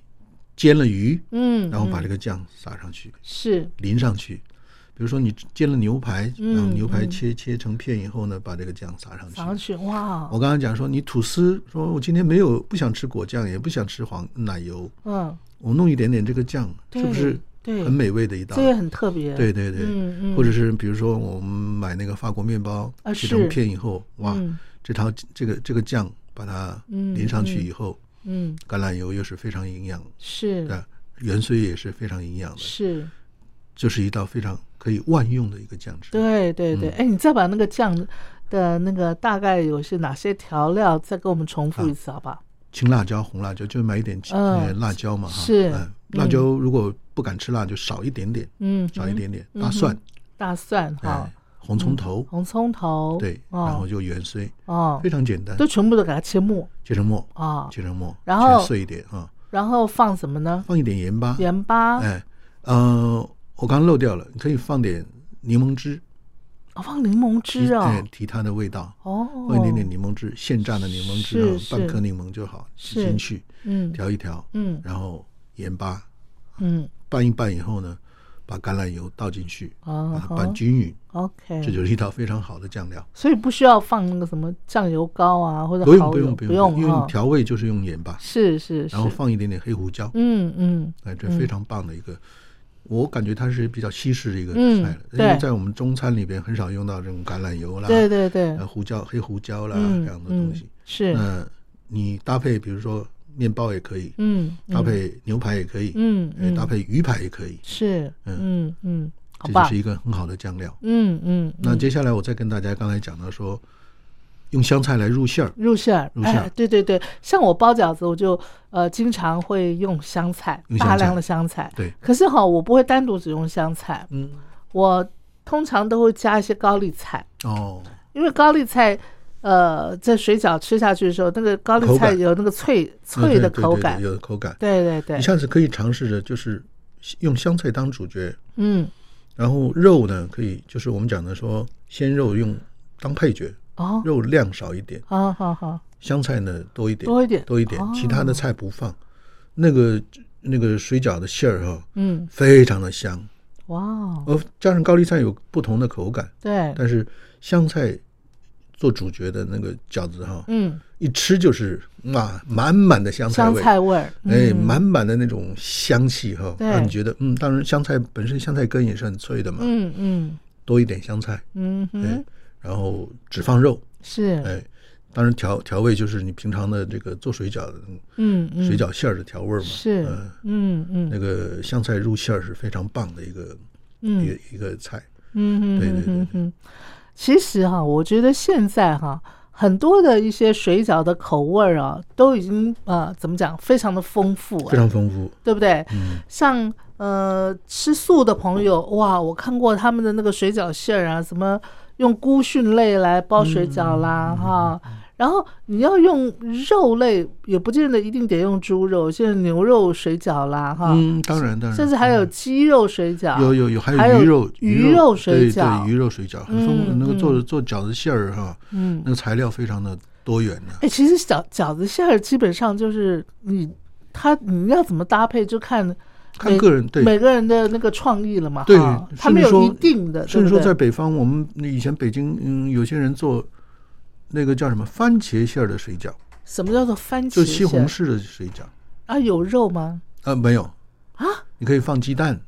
[SPEAKER 5] 煎了鱼，
[SPEAKER 2] 嗯，
[SPEAKER 5] 然后把
[SPEAKER 2] 嗯
[SPEAKER 5] 这个酱撒上去，
[SPEAKER 2] 是，
[SPEAKER 5] 淋上去。比如说你煎了牛排，然后
[SPEAKER 2] 嗯
[SPEAKER 5] 牛排
[SPEAKER 2] 嗯
[SPEAKER 5] 切切成片以后呢，把这个酱撒上去。
[SPEAKER 2] 尝去哇，
[SPEAKER 5] 我刚刚讲说，你吐司，说我今天没有不想吃果酱，也不想吃黄奶油，
[SPEAKER 2] 嗯，
[SPEAKER 5] 我弄一点点这个酱，是不是
[SPEAKER 2] 对，
[SPEAKER 5] 很，美味的一道
[SPEAKER 2] 这？个很特别，
[SPEAKER 5] 对对对，
[SPEAKER 2] 嗯嗯
[SPEAKER 5] 或者是比如说我们买那个法国面包，
[SPEAKER 2] 啊是
[SPEAKER 5] 切成片以后，哇，
[SPEAKER 2] 嗯
[SPEAKER 5] 这套这个这个酱把它
[SPEAKER 2] 嗯
[SPEAKER 5] 淋上去
[SPEAKER 2] 嗯
[SPEAKER 5] 以后，
[SPEAKER 2] 嗯
[SPEAKER 5] 橄榄油又是非常营养
[SPEAKER 2] 是
[SPEAKER 5] 的，芫荽也是非常营养的，
[SPEAKER 2] 是，
[SPEAKER 5] 这是一道非常可以万用的一个酱汁。
[SPEAKER 2] 对对
[SPEAKER 5] 嗯
[SPEAKER 2] 对，哎、你再把那个酱的那个大概有些哪些调料，再给我们
[SPEAKER 5] 啊
[SPEAKER 2] 重复一次，好不好？
[SPEAKER 5] 青辣椒、红辣椒，就买一点青、
[SPEAKER 2] 嗯
[SPEAKER 5] 呃辣椒嘛哈。
[SPEAKER 2] 是
[SPEAKER 5] 嗯辣椒如果不敢吃辣，就少一点点，
[SPEAKER 2] 嗯，
[SPEAKER 5] 少一点点。
[SPEAKER 2] 嗯
[SPEAKER 5] 大蒜，
[SPEAKER 2] 大蒜哈
[SPEAKER 5] 哎，，红葱头，
[SPEAKER 2] 红葱头，
[SPEAKER 5] 对，
[SPEAKER 2] 哦、
[SPEAKER 5] 然后就芫荽，
[SPEAKER 2] 哦
[SPEAKER 5] 非，常简单
[SPEAKER 2] 都，全部都给它切末
[SPEAKER 5] 切成末，
[SPEAKER 2] 啊、
[SPEAKER 5] 切成末，
[SPEAKER 2] 然后
[SPEAKER 5] 切碎一点啊，
[SPEAKER 2] 然后放什么呢？
[SPEAKER 5] 放一点盐巴，
[SPEAKER 2] 盐巴，
[SPEAKER 5] 哎，呃，我刚漏掉了，你可以放点柠檬汁，
[SPEAKER 2] 哦，放柠檬汁
[SPEAKER 5] 提
[SPEAKER 2] 哦，
[SPEAKER 5] 哎提它的味道。
[SPEAKER 2] 哦，
[SPEAKER 5] 放一点点柠檬汁，现榨的柠檬汁
[SPEAKER 2] 是
[SPEAKER 5] 啊，
[SPEAKER 2] 是
[SPEAKER 5] 半颗柠檬就好，挤
[SPEAKER 2] 是
[SPEAKER 5] 进去
[SPEAKER 2] 嗯
[SPEAKER 5] 调一调，
[SPEAKER 2] 嗯
[SPEAKER 5] 然后盐巴
[SPEAKER 2] 嗯
[SPEAKER 5] 拌一拌以后呢，把橄榄油倒进去，
[SPEAKER 2] 啊
[SPEAKER 5] 把它
[SPEAKER 2] 哈
[SPEAKER 5] 拌均匀，
[SPEAKER 2] ，OK，
[SPEAKER 5] 这就是一道非常好的酱料。
[SPEAKER 2] 所以不需要放那个什么酱油膏啊，或者
[SPEAKER 5] 不用
[SPEAKER 2] 蚝
[SPEAKER 5] 不
[SPEAKER 2] 油
[SPEAKER 5] 用
[SPEAKER 2] 不
[SPEAKER 5] 用，因为
[SPEAKER 2] 哈
[SPEAKER 5] 你，调味就是用盐巴，
[SPEAKER 2] 是是是
[SPEAKER 5] 然，后放一点点黑胡椒，
[SPEAKER 2] 嗯嗯
[SPEAKER 5] 哎，这非常棒的一个。我感觉它是比较西式的一个
[SPEAKER 2] 嗯
[SPEAKER 5] 菜了，因
[SPEAKER 2] 对
[SPEAKER 5] 为在我们中餐里边很少用到这种橄榄油啦、
[SPEAKER 2] 对对对，
[SPEAKER 5] 呃胡椒、黑胡椒啦
[SPEAKER 2] 嗯
[SPEAKER 5] 这样的东西
[SPEAKER 2] 嗯。是，
[SPEAKER 5] 那你搭配，比如说面包也可以，
[SPEAKER 2] 嗯，
[SPEAKER 5] 搭
[SPEAKER 2] 嗯
[SPEAKER 5] 配牛排也可以，
[SPEAKER 2] 嗯
[SPEAKER 5] 哎，
[SPEAKER 2] 嗯
[SPEAKER 5] 搭配鱼排也可以，
[SPEAKER 2] 是，嗯嗯，好
[SPEAKER 5] 这就
[SPEAKER 2] 吧
[SPEAKER 5] 是，一个很好的酱料。
[SPEAKER 2] 嗯嗯，
[SPEAKER 5] 那
[SPEAKER 2] 嗯
[SPEAKER 5] 接下来我再跟大家刚才讲到说，用香菜来入馅儿，
[SPEAKER 2] 入馅儿，
[SPEAKER 5] 入馅
[SPEAKER 2] 哎
[SPEAKER 5] 儿，
[SPEAKER 2] 对对对，像我包饺子，我就呃经常会用香菜，
[SPEAKER 5] 用香
[SPEAKER 2] 大量
[SPEAKER 5] 菜
[SPEAKER 2] 的香菜，
[SPEAKER 5] 对
[SPEAKER 2] 可是哈，我不会单独只用香菜，
[SPEAKER 5] 嗯，
[SPEAKER 2] 我通常都会加一些高丽菜，
[SPEAKER 5] 哦，
[SPEAKER 2] 因为高丽菜，呃，在水饺吃下去的时候，那个高丽
[SPEAKER 5] 口
[SPEAKER 2] 菜
[SPEAKER 5] 感嗯
[SPEAKER 2] 有那个脆脆
[SPEAKER 5] 对
[SPEAKER 2] 的
[SPEAKER 5] 对对
[SPEAKER 2] 口
[SPEAKER 5] 对
[SPEAKER 2] 感，
[SPEAKER 5] 有口感。
[SPEAKER 2] 对对对
[SPEAKER 5] 你，下次可以尝试着就是用香菜当主角，
[SPEAKER 2] 嗯，
[SPEAKER 5] 然后肉呢可以就是我们讲的说鲜肉用当配角，
[SPEAKER 2] 哦，
[SPEAKER 5] 肉量少一点，
[SPEAKER 2] 好好好，
[SPEAKER 5] 香菜呢多一点，
[SPEAKER 2] 多一点
[SPEAKER 5] 多一点
[SPEAKER 2] 哦，
[SPEAKER 5] 其他的菜不放。那个那个水饺的馅儿哈，
[SPEAKER 2] 嗯，
[SPEAKER 5] 非常的香，
[SPEAKER 2] 哇哦，
[SPEAKER 5] 而呃加上高丽菜有不同的口感，
[SPEAKER 2] 对，
[SPEAKER 5] 但是香菜做主角的那个饺子哈，
[SPEAKER 2] 嗯，
[SPEAKER 5] 一吃就是哇，满满的香菜
[SPEAKER 2] 香
[SPEAKER 5] 味。
[SPEAKER 2] 菜味儿，
[SPEAKER 5] 嗯哎，
[SPEAKER 2] 嗯
[SPEAKER 5] 满满的那种香气哈，
[SPEAKER 2] 对
[SPEAKER 5] 让你觉得嗯，当然香菜本身香菜根也是很脆的嘛，
[SPEAKER 2] 嗯嗯
[SPEAKER 5] 多一点香菜，
[SPEAKER 2] 嗯
[SPEAKER 5] 哎
[SPEAKER 2] 哼，，
[SPEAKER 5] 然后只放肉，
[SPEAKER 2] 是，
[SPEAKER 5] 哎，当然调调味就是你平常的这个做水饺的
[SPEAKER 2] 嗯嗯，
[SPEAKER 5] 水饺馅儿的调味嘛，
[SPEAKER 2] 是
[SPEAKER 5] 呃，
[SPEAKER 2] 嗯嗯
[SPEAKER 5] 那个香菜入馅儿是非常棒的一个一
[SPEAKER 2] 嗯
[SPEAKER 5] 个一个菜，
[SPEAKER 2] 嗯
[SPEAKER 5] 对
[SPEAKER 2] 嗯
[SPEAKER 5] 对对
[SPEAKER 2] 嗯嗯，其实哈，我觉得现在哈。很多的一些水饺的口味儿啊，都已经呃怎么讲，非常的丰富、啊，
[SPEAKER 5] 非常丰富，
[SPEAKER 2] 对不对？
[SPEAKER 5] 嗯，
[SPEAKER 2] 像呃吃素的朋友，哇，我看过他们的那个水饺馅儿啊，什么用菇蕈类来包水饺
[SPEAKER 5] 嗯
[SPEAKER 2] 啦，哈。然后你要用肉类，也不见得一定得用猪肉，现在牛肉水饺啦，哈，
[SPEAKER 5] 嗯，当然当然，
[SPEAKER 2] 甚至还有鸡肉水饺，
[SPEAKER 5] 有有有，
[SPEAKER 2] 还有
[SPEAKER 5] 鱼肉
[SPEAKER 2] 鱼肉水饺
[SPEAKER 5] 对对，鱼肉水饺很丰富，
[SPEAKER 2] 嗯
[SPEAKER 5] 那个做
[SPEAKER 2] 嗯
[SPEAKER 5] 做饺子馅儿哈，
[SPEAKER 2] 嗯
[SPEAKER 5] 那，个材料非常的多元呢、
[SPEAKER 2] 哎，其实饺饺子馅儿基本上就是你它你要怎么搭配，就看
[SPEAKER 5] 看
[SPEAKER 2] 每
[SPEAKER 5] 个人对
[SPEAKER 2] 每个人的那个创意了嘛，
[SPEAKER 5] 对
[SPEAKER 2] 哈，它
[SPEAKER 5] 甚
[SPEAKER 2] 没
[SPEAKER 5] 至
[SPEAKER 2] 有
[SPEAKER 5] 说
[SPEAKER 2] 一定的，
[SPEAKER 5] 甚
[SPEAKER 2] 对不
[SPEAKER 5] 至说，
[SPEAKER 2] 对
[SPEAKER 5] 在北方，我们以前北京，嗯，有些人做那个叫什么番茄馅儿的水饺，
[SPEAKER 2] 什么叫做番茄
[SPEAKER 5] 就
[SPEAKER 2] 馅，
[SPEAKER 5] 西红柿的水饺，
[SPEAKER 2] 啊，有肉吗？
[SPEAKER 5] 啊，没有啊，你可以放鸡蛋，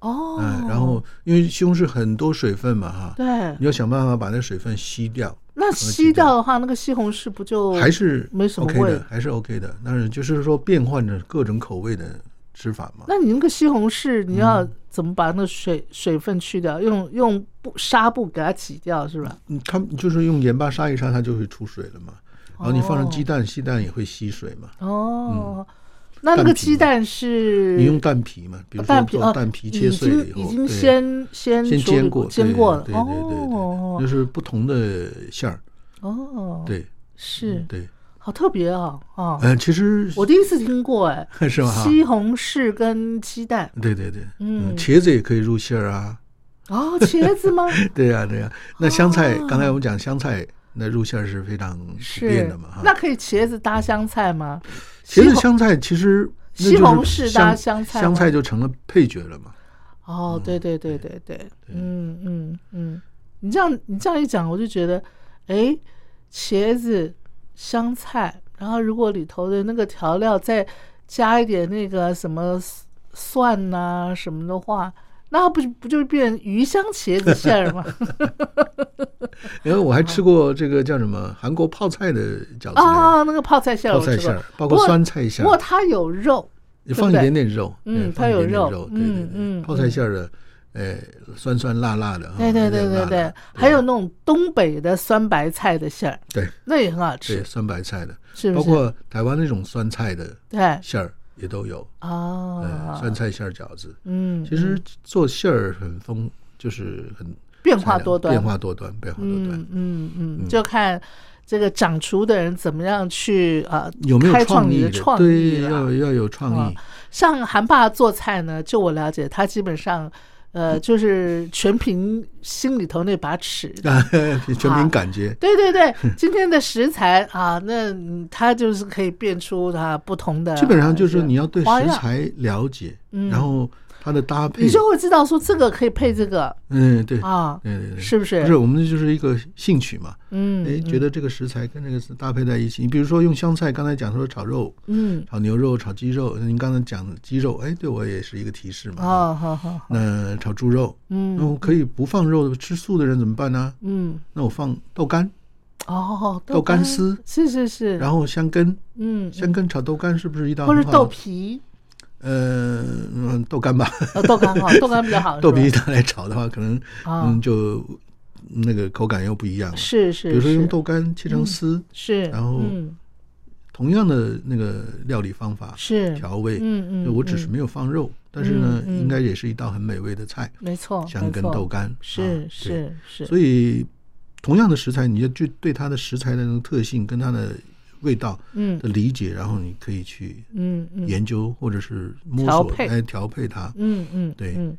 [SPEAKER 2] 哦，
[SPEAKER 5] 嗯，然后因为西红柿很多水分嘛，哈，
[SPEAKER 2] 对，
[SPEAKER 5] 你要想办法把那水分吸掉，
[SPEAKER 2] 那吸掉的话，那个西红柿不就
[SPEAKER 5] 还是
[SPEAKER 2] 哦没什么
[SPEAKER 5] OK
[SPEAKER 2] 味
[SPEAKER 5] 的，还是 OK 的。但是就是说变换着各种口味的吃法嘛，
[SPEAKER 2] 那你那个西红柿，你要
[SPEAKER 5] 嗯
[SPEAKER 2] 怎么把那个水、水分去掉？用用布纱布给它挤掉是吧？
[SPEAKER 5] 嗯，他们就是用盐巴杀一杀，它就会出水了嘛。然后你放上鸡蛋，鸡蛋也会吸水嘛。嗯
[SPEAKER 2] 哦，那那个鸡蛋是
[SPEAKER 5] 你用蛋皮嘛，比如说
[SPEAKER 2] 蛋皮哦
[SPEAKER 5] 做蛋皮切碎了以后，
[SPEAKER 2] 已经已经
[SPEAKER 5] 对
[SPEAKER 2] 先先
[SPEAKER 5] 先
[SPEAKER 2] 处理
[SPEAKER 5] 煎过，
[SPEAKER 2] 煎
[SPEAKER 5] 对
[SPEAKER 2] 过了
[SPEAKER 5] 对对对对，
[SPEAKER 2] 哦
[SPEAKER 5] 就是不同的馅儿，
[SPEAKER 2] 哦，
[SPEAKER 5] 对嗯
[SPEAKER 2] 是
[SPEAKER 5] 对，
[SPEAKER 2] 好特别啊啊！
[SPEAKER 5] 嗯，其实
[SPEAKER 2] 我第一次听过哎，
[SPEAKER 5] 是吧？
[SPEAKER 2] 西红柿跟鸡蛋
[SPEAKER 5] 对对对，
[SPEAKER 2] 嗯
[SPEAKER 5] 茄子也可以入馅儿啊，
[SPEAKER 2] 哦，茄子吗？
[SPEAKER 5] 对呀对呀。那香菜
[SPEAKER 2] 哦，
[SPEAKER 5] 刚才我们讲香菜，那入馅儿是非常普遍
[SPEAKER 2] 是
[SPEAKER 5] 的嘛哈。
[SPEAKER 2] 那可以茄子搭香菜吗？西
[SPEAKER 5] 茄子
[SPEAKER 2] 红
[SPEAKER 5] 香菜其实那
[SPEAKER 2] 西
[SPEAKER 5] 就是
[SPEAKER 2] 红柿搭香
[SPEAKER 5] 香
[SPEAKER 2] 菜
[SPEAKER 5] 香
[SPEAKER 2] 吗
[SPEAKER 5] 菜就成了配角了嘛。嗯
[SPEAKER 2] 哦，对对对对对，嗯嗯嗯，你这样你这样一讲，我就觉得，哎，茄子、香菜，然后如果里头的那个调料再加一点那个什么蒜呐、什么的话，那不就不就变鱼香茄子馅 儿吗？
[SPEAKER 5] 因哎为我还吃过这个叫什么韩国泡菜的饺子
[SPEAKER 2] 啊，那个泡菜馅儿
[SPEAKER 5] 类，泡
[SPEAKER 2] 我吃过，
[SPEAKER 5] 菜馅儿，包
[SPEAKER 2] 不
[SPEAKER 5] 括
[SPEAKER 2] 过
[SPEAKER 5] 酸菜馅
[SPEAKER 2] 不过
[SPEAKER 5] 儿，
[SPEAKER 2] 它有肉，
[SPEAKER 5] 你放一
[SPEAKER 2] 对不对
[SPEAKER 5] 点点肉，
[SPEAKER 2] 嗯
[SPEAKER 5] 对
[SPEAKER 2] 它
[SPEAKER 5] 放一
[SPEAKER 2] 有
[SPEAKER 5] 点点
[SPEAKER 2] 肉
[SPEAKER 5] 肉，对对
[SPEAKER 2] 嗯嗯
[SPEAKER 5] 对，泡菜馅儿的，呃，酸酸辣辣的啊，
[SPEAKER 2] 对对
[SPEAKER 5] 有
[SPEAKER 2] 对
[SPEAKER 5] 点
[SPEAKER 2] 对
[SPEAKER 5] 辣
[SPEAKER 2] 对
[SPEAKER 5] 的，
[SPEAKER 2] 还有那种东北的酸白菜的馅儿，
[SPEAKER 5] 对
[SPEAKER 2] 那也很好
[SPEAKER 5] 对
[SPEAKER 2] 吃，
[SPEAKER 5] 酸白菜的，
[SPEAKER 2] 是不
[SPEAKER 5] 包
[SPEAKER 2] 是？
[SPEAKER 5] 括台湾那种酸菜的
[SPEAKER 2] 对
[SPEAKER 5] 馅儿也都有，呃，
[SPEAKER 2] 啊，
[SPEAKER 5] 酸菜馅儿饺子，
[SPEAKER 2] 嗯，
[SPEAKER 5] 其实做馅儿很丰，就是很啊
[SPEAKER 2] 变化多端，
[SPEAKER 5] 变化多端，变化多端
[SPEAKER 2] 嗯，嗯嗯，就看这个掌厨的人怎么样去啊，
[SPEAKER 5] 有没
[SPEAKER 2] 开
[SPEAKER 5] 有
[SPEAKER 2] 创
[SPEAKER 5] 创
[SPEAKER 2] 你
[SPEAKER 5] 意
[SPEAKER 2] 的
[SPEAKER 5] 的？
[SPEAKER 2] 创意啊
[SPEAKER 5] 对，
[SPEAKER 2] 啦
[SPEAKER 5] 要要有创意，
[SPEAKER 2] 像韩爸做菜呢，就我了解，他基本上呃，就是全凭心里头那把 尺。
[SPEAKER 5] 啊， 全凭感觉，
[SPEAKER 2] 对对对，今天的食材啊，那嗯他就是可以变出啊不同的，
[SPEAKER 5] 基本上就是你要对
[SPEAKER 2] 花
[SPEAKER 5] 食
[SPEAKER 2] 样嗯
[SPEAKER 5] 材了解，然后它的搭配
[SPEAKER 2] 你，就会知道说这个可以配这个
[SPEAKER 5] 嗯，对，
[SPEAKER 2] 啊，
[SPEAKER 5] 对对对，
[SPEAKER 2] 是不是？
[SPEAKER 5] 不是我们就是一个兴趣嘛？
[SPEAKER 2] 嗯，
[SPEAKER 5] 哎，觉得这个食材跟这个是搭配在一起，你比如说用香菜，刚才讲说炒肉、
[SPEAKER 2] 嗯，
[SPEAKER 5] 炒牛肉、炒鸡肉，您刚才讲的鸡肉，哎，对我也是一个提示嘛。
[SPEAKER 2] 哦，好好好，
[SPEAKER 5] 那炒猪肉，
[SPEAKER 2] 嗯
[SPEAKER 5] 那我可以不放肉的，吃素的人怎么办呢？
[SPEAKER 2] 嗯，
[SPEAKER 5] 那我放豆干，
[SPEAKER 2] 哦，
[SPEAKER 5] 豆干丝
[SPEAKER 2] 是是是，
[SPEAKER 5] 然后香根，
[SPEAKER 2] 嗯，
[SPEAKER 5] 香根炒豆干是不是一道
[SPEAKER 2] 或者
[SPEAKER 5] 很好的
[SPEAKER 2] 豆？皮，
[SPEAKER 5] 呃，嗯豆干吧，
[SPEAKER 2] 呃，豆干 好，豆干比较好，
[SPEAKER 5] 豆皮
[SPEAKER 2] 是吧
[SPEAKER 5] 拿来炒的话，可能
[SPEAKER 2] 啊
[SPEAKER 5] 嗯就那个口感又不一样了。
[SPEAKER 2] 是
[SPEAKER 5] 比
[SPEAKER 2] 是，
[SPEAKER 5] 如说用
[SPEAKER 2] 是嗯
[SPEAKER 5] 豆干切成丝，
[SPEAKER 2] 是，
[SPEAKER 5] 然后
[SPEAKER 2] 嗯
[SPEAKER 5] 同样的那个料理方法
[SPEAKER 2] 是
[SPEAKER 5] 调味，
[SPEAKER 2] 嗯嗯
[SPEAKER 5] 我只是
[SPEAKER 2] 嗯
[SPEAKER 5] 没有放肉，但是呢，
[SPEAKER 2] 嗯嗯
[SPEAKER 5] 应该也是一道很美味的菜，
[SPEAKER 2] 没错，
[SPEAKER 5] 香根
[SPEAKER 2] 没错
[SPEAKER 5] 豆干啊
[SPEAKER 2] 是
[SPEAKER 5] 对
[SPEAKER 2] 是是，
[SPEAKER 5] 所以同样的食材，你就去对它的食材的那种特性跟它的味道
[SPEAKER 2] 嗯
[SPEAKER 5] 的理解，然后你可以去
[SPEAKER 2] 嗯嗯
[SPEAKER 5] 研究或者是摸
[SPEAKER 2] 调
[SPEAKER 5] 索
[SPEAKER 2] 配
[SPEAKER 5] 来调配它。
[SPEAKER 2] 嗯嗯，
[SPEAKER 5] 对
[SPEAKER 2] 嗯，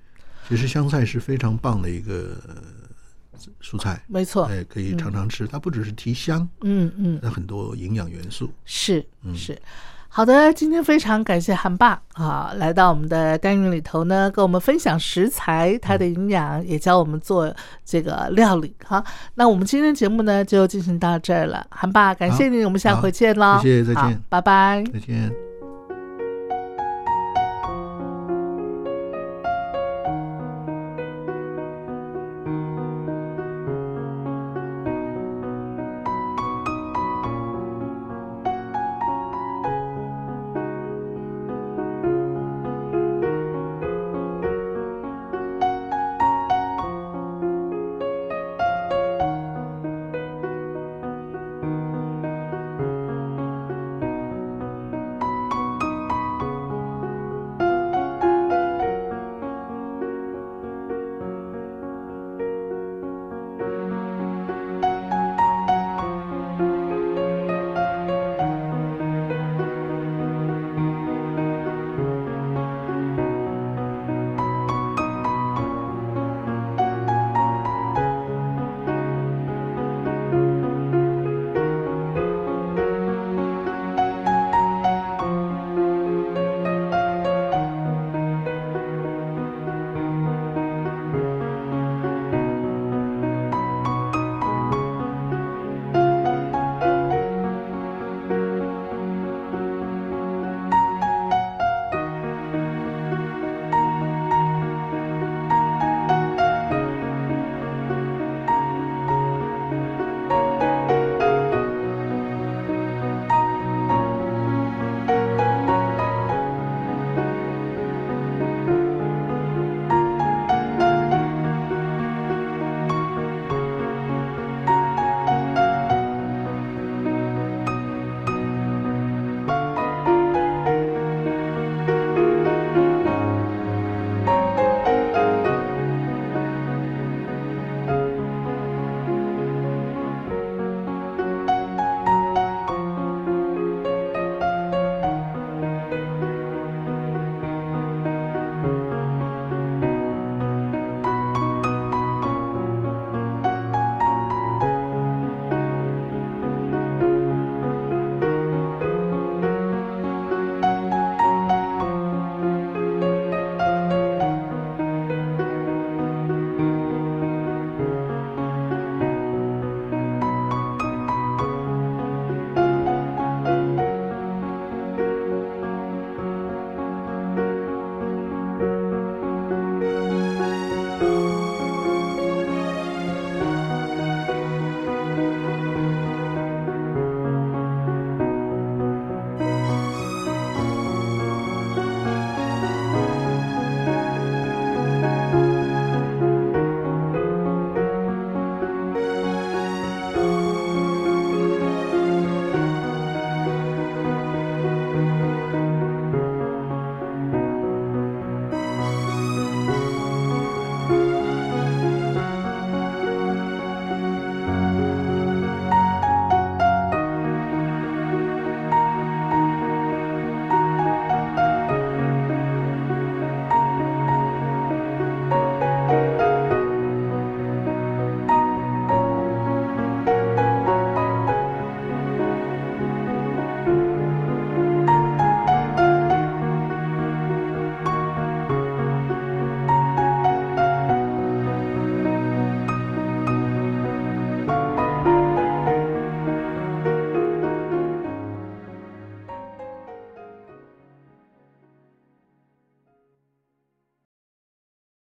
[SPEAKER 5] 其实香菜是非常棒的一个呃蔬菜，
[SPEAKER 2] 没错，
[SPEAKER 5] 哎，可以常常吃。它不只是提香，
[SPEAKER 2] 嗯嗯
[SPEAKER 5] 它很多营养元素。
[SPEAKER 2] 是
[SPEAKER 5] 嗯
[SPEAKER 2] 是。好的，今天非常感谢韩爸啊，来到我们的单元里头呢，跟我们分享食材它的营养，也教我们做这个料理哈、那我们今天节目呢就进行到这儿了，韩爸，感谢
[SPEAKER 5] 好
[SPEAKER 2] 你，我们下
[SPEAKER 5] 好
[SPEAKER 2] 回见喽，
[SPEAKER 5] 谢谢再
[SPEAKER 2] 好
[SPEAKER 5] 见
[SPEAKER 2] 拜拜。
[SPEAKER 5] 再见。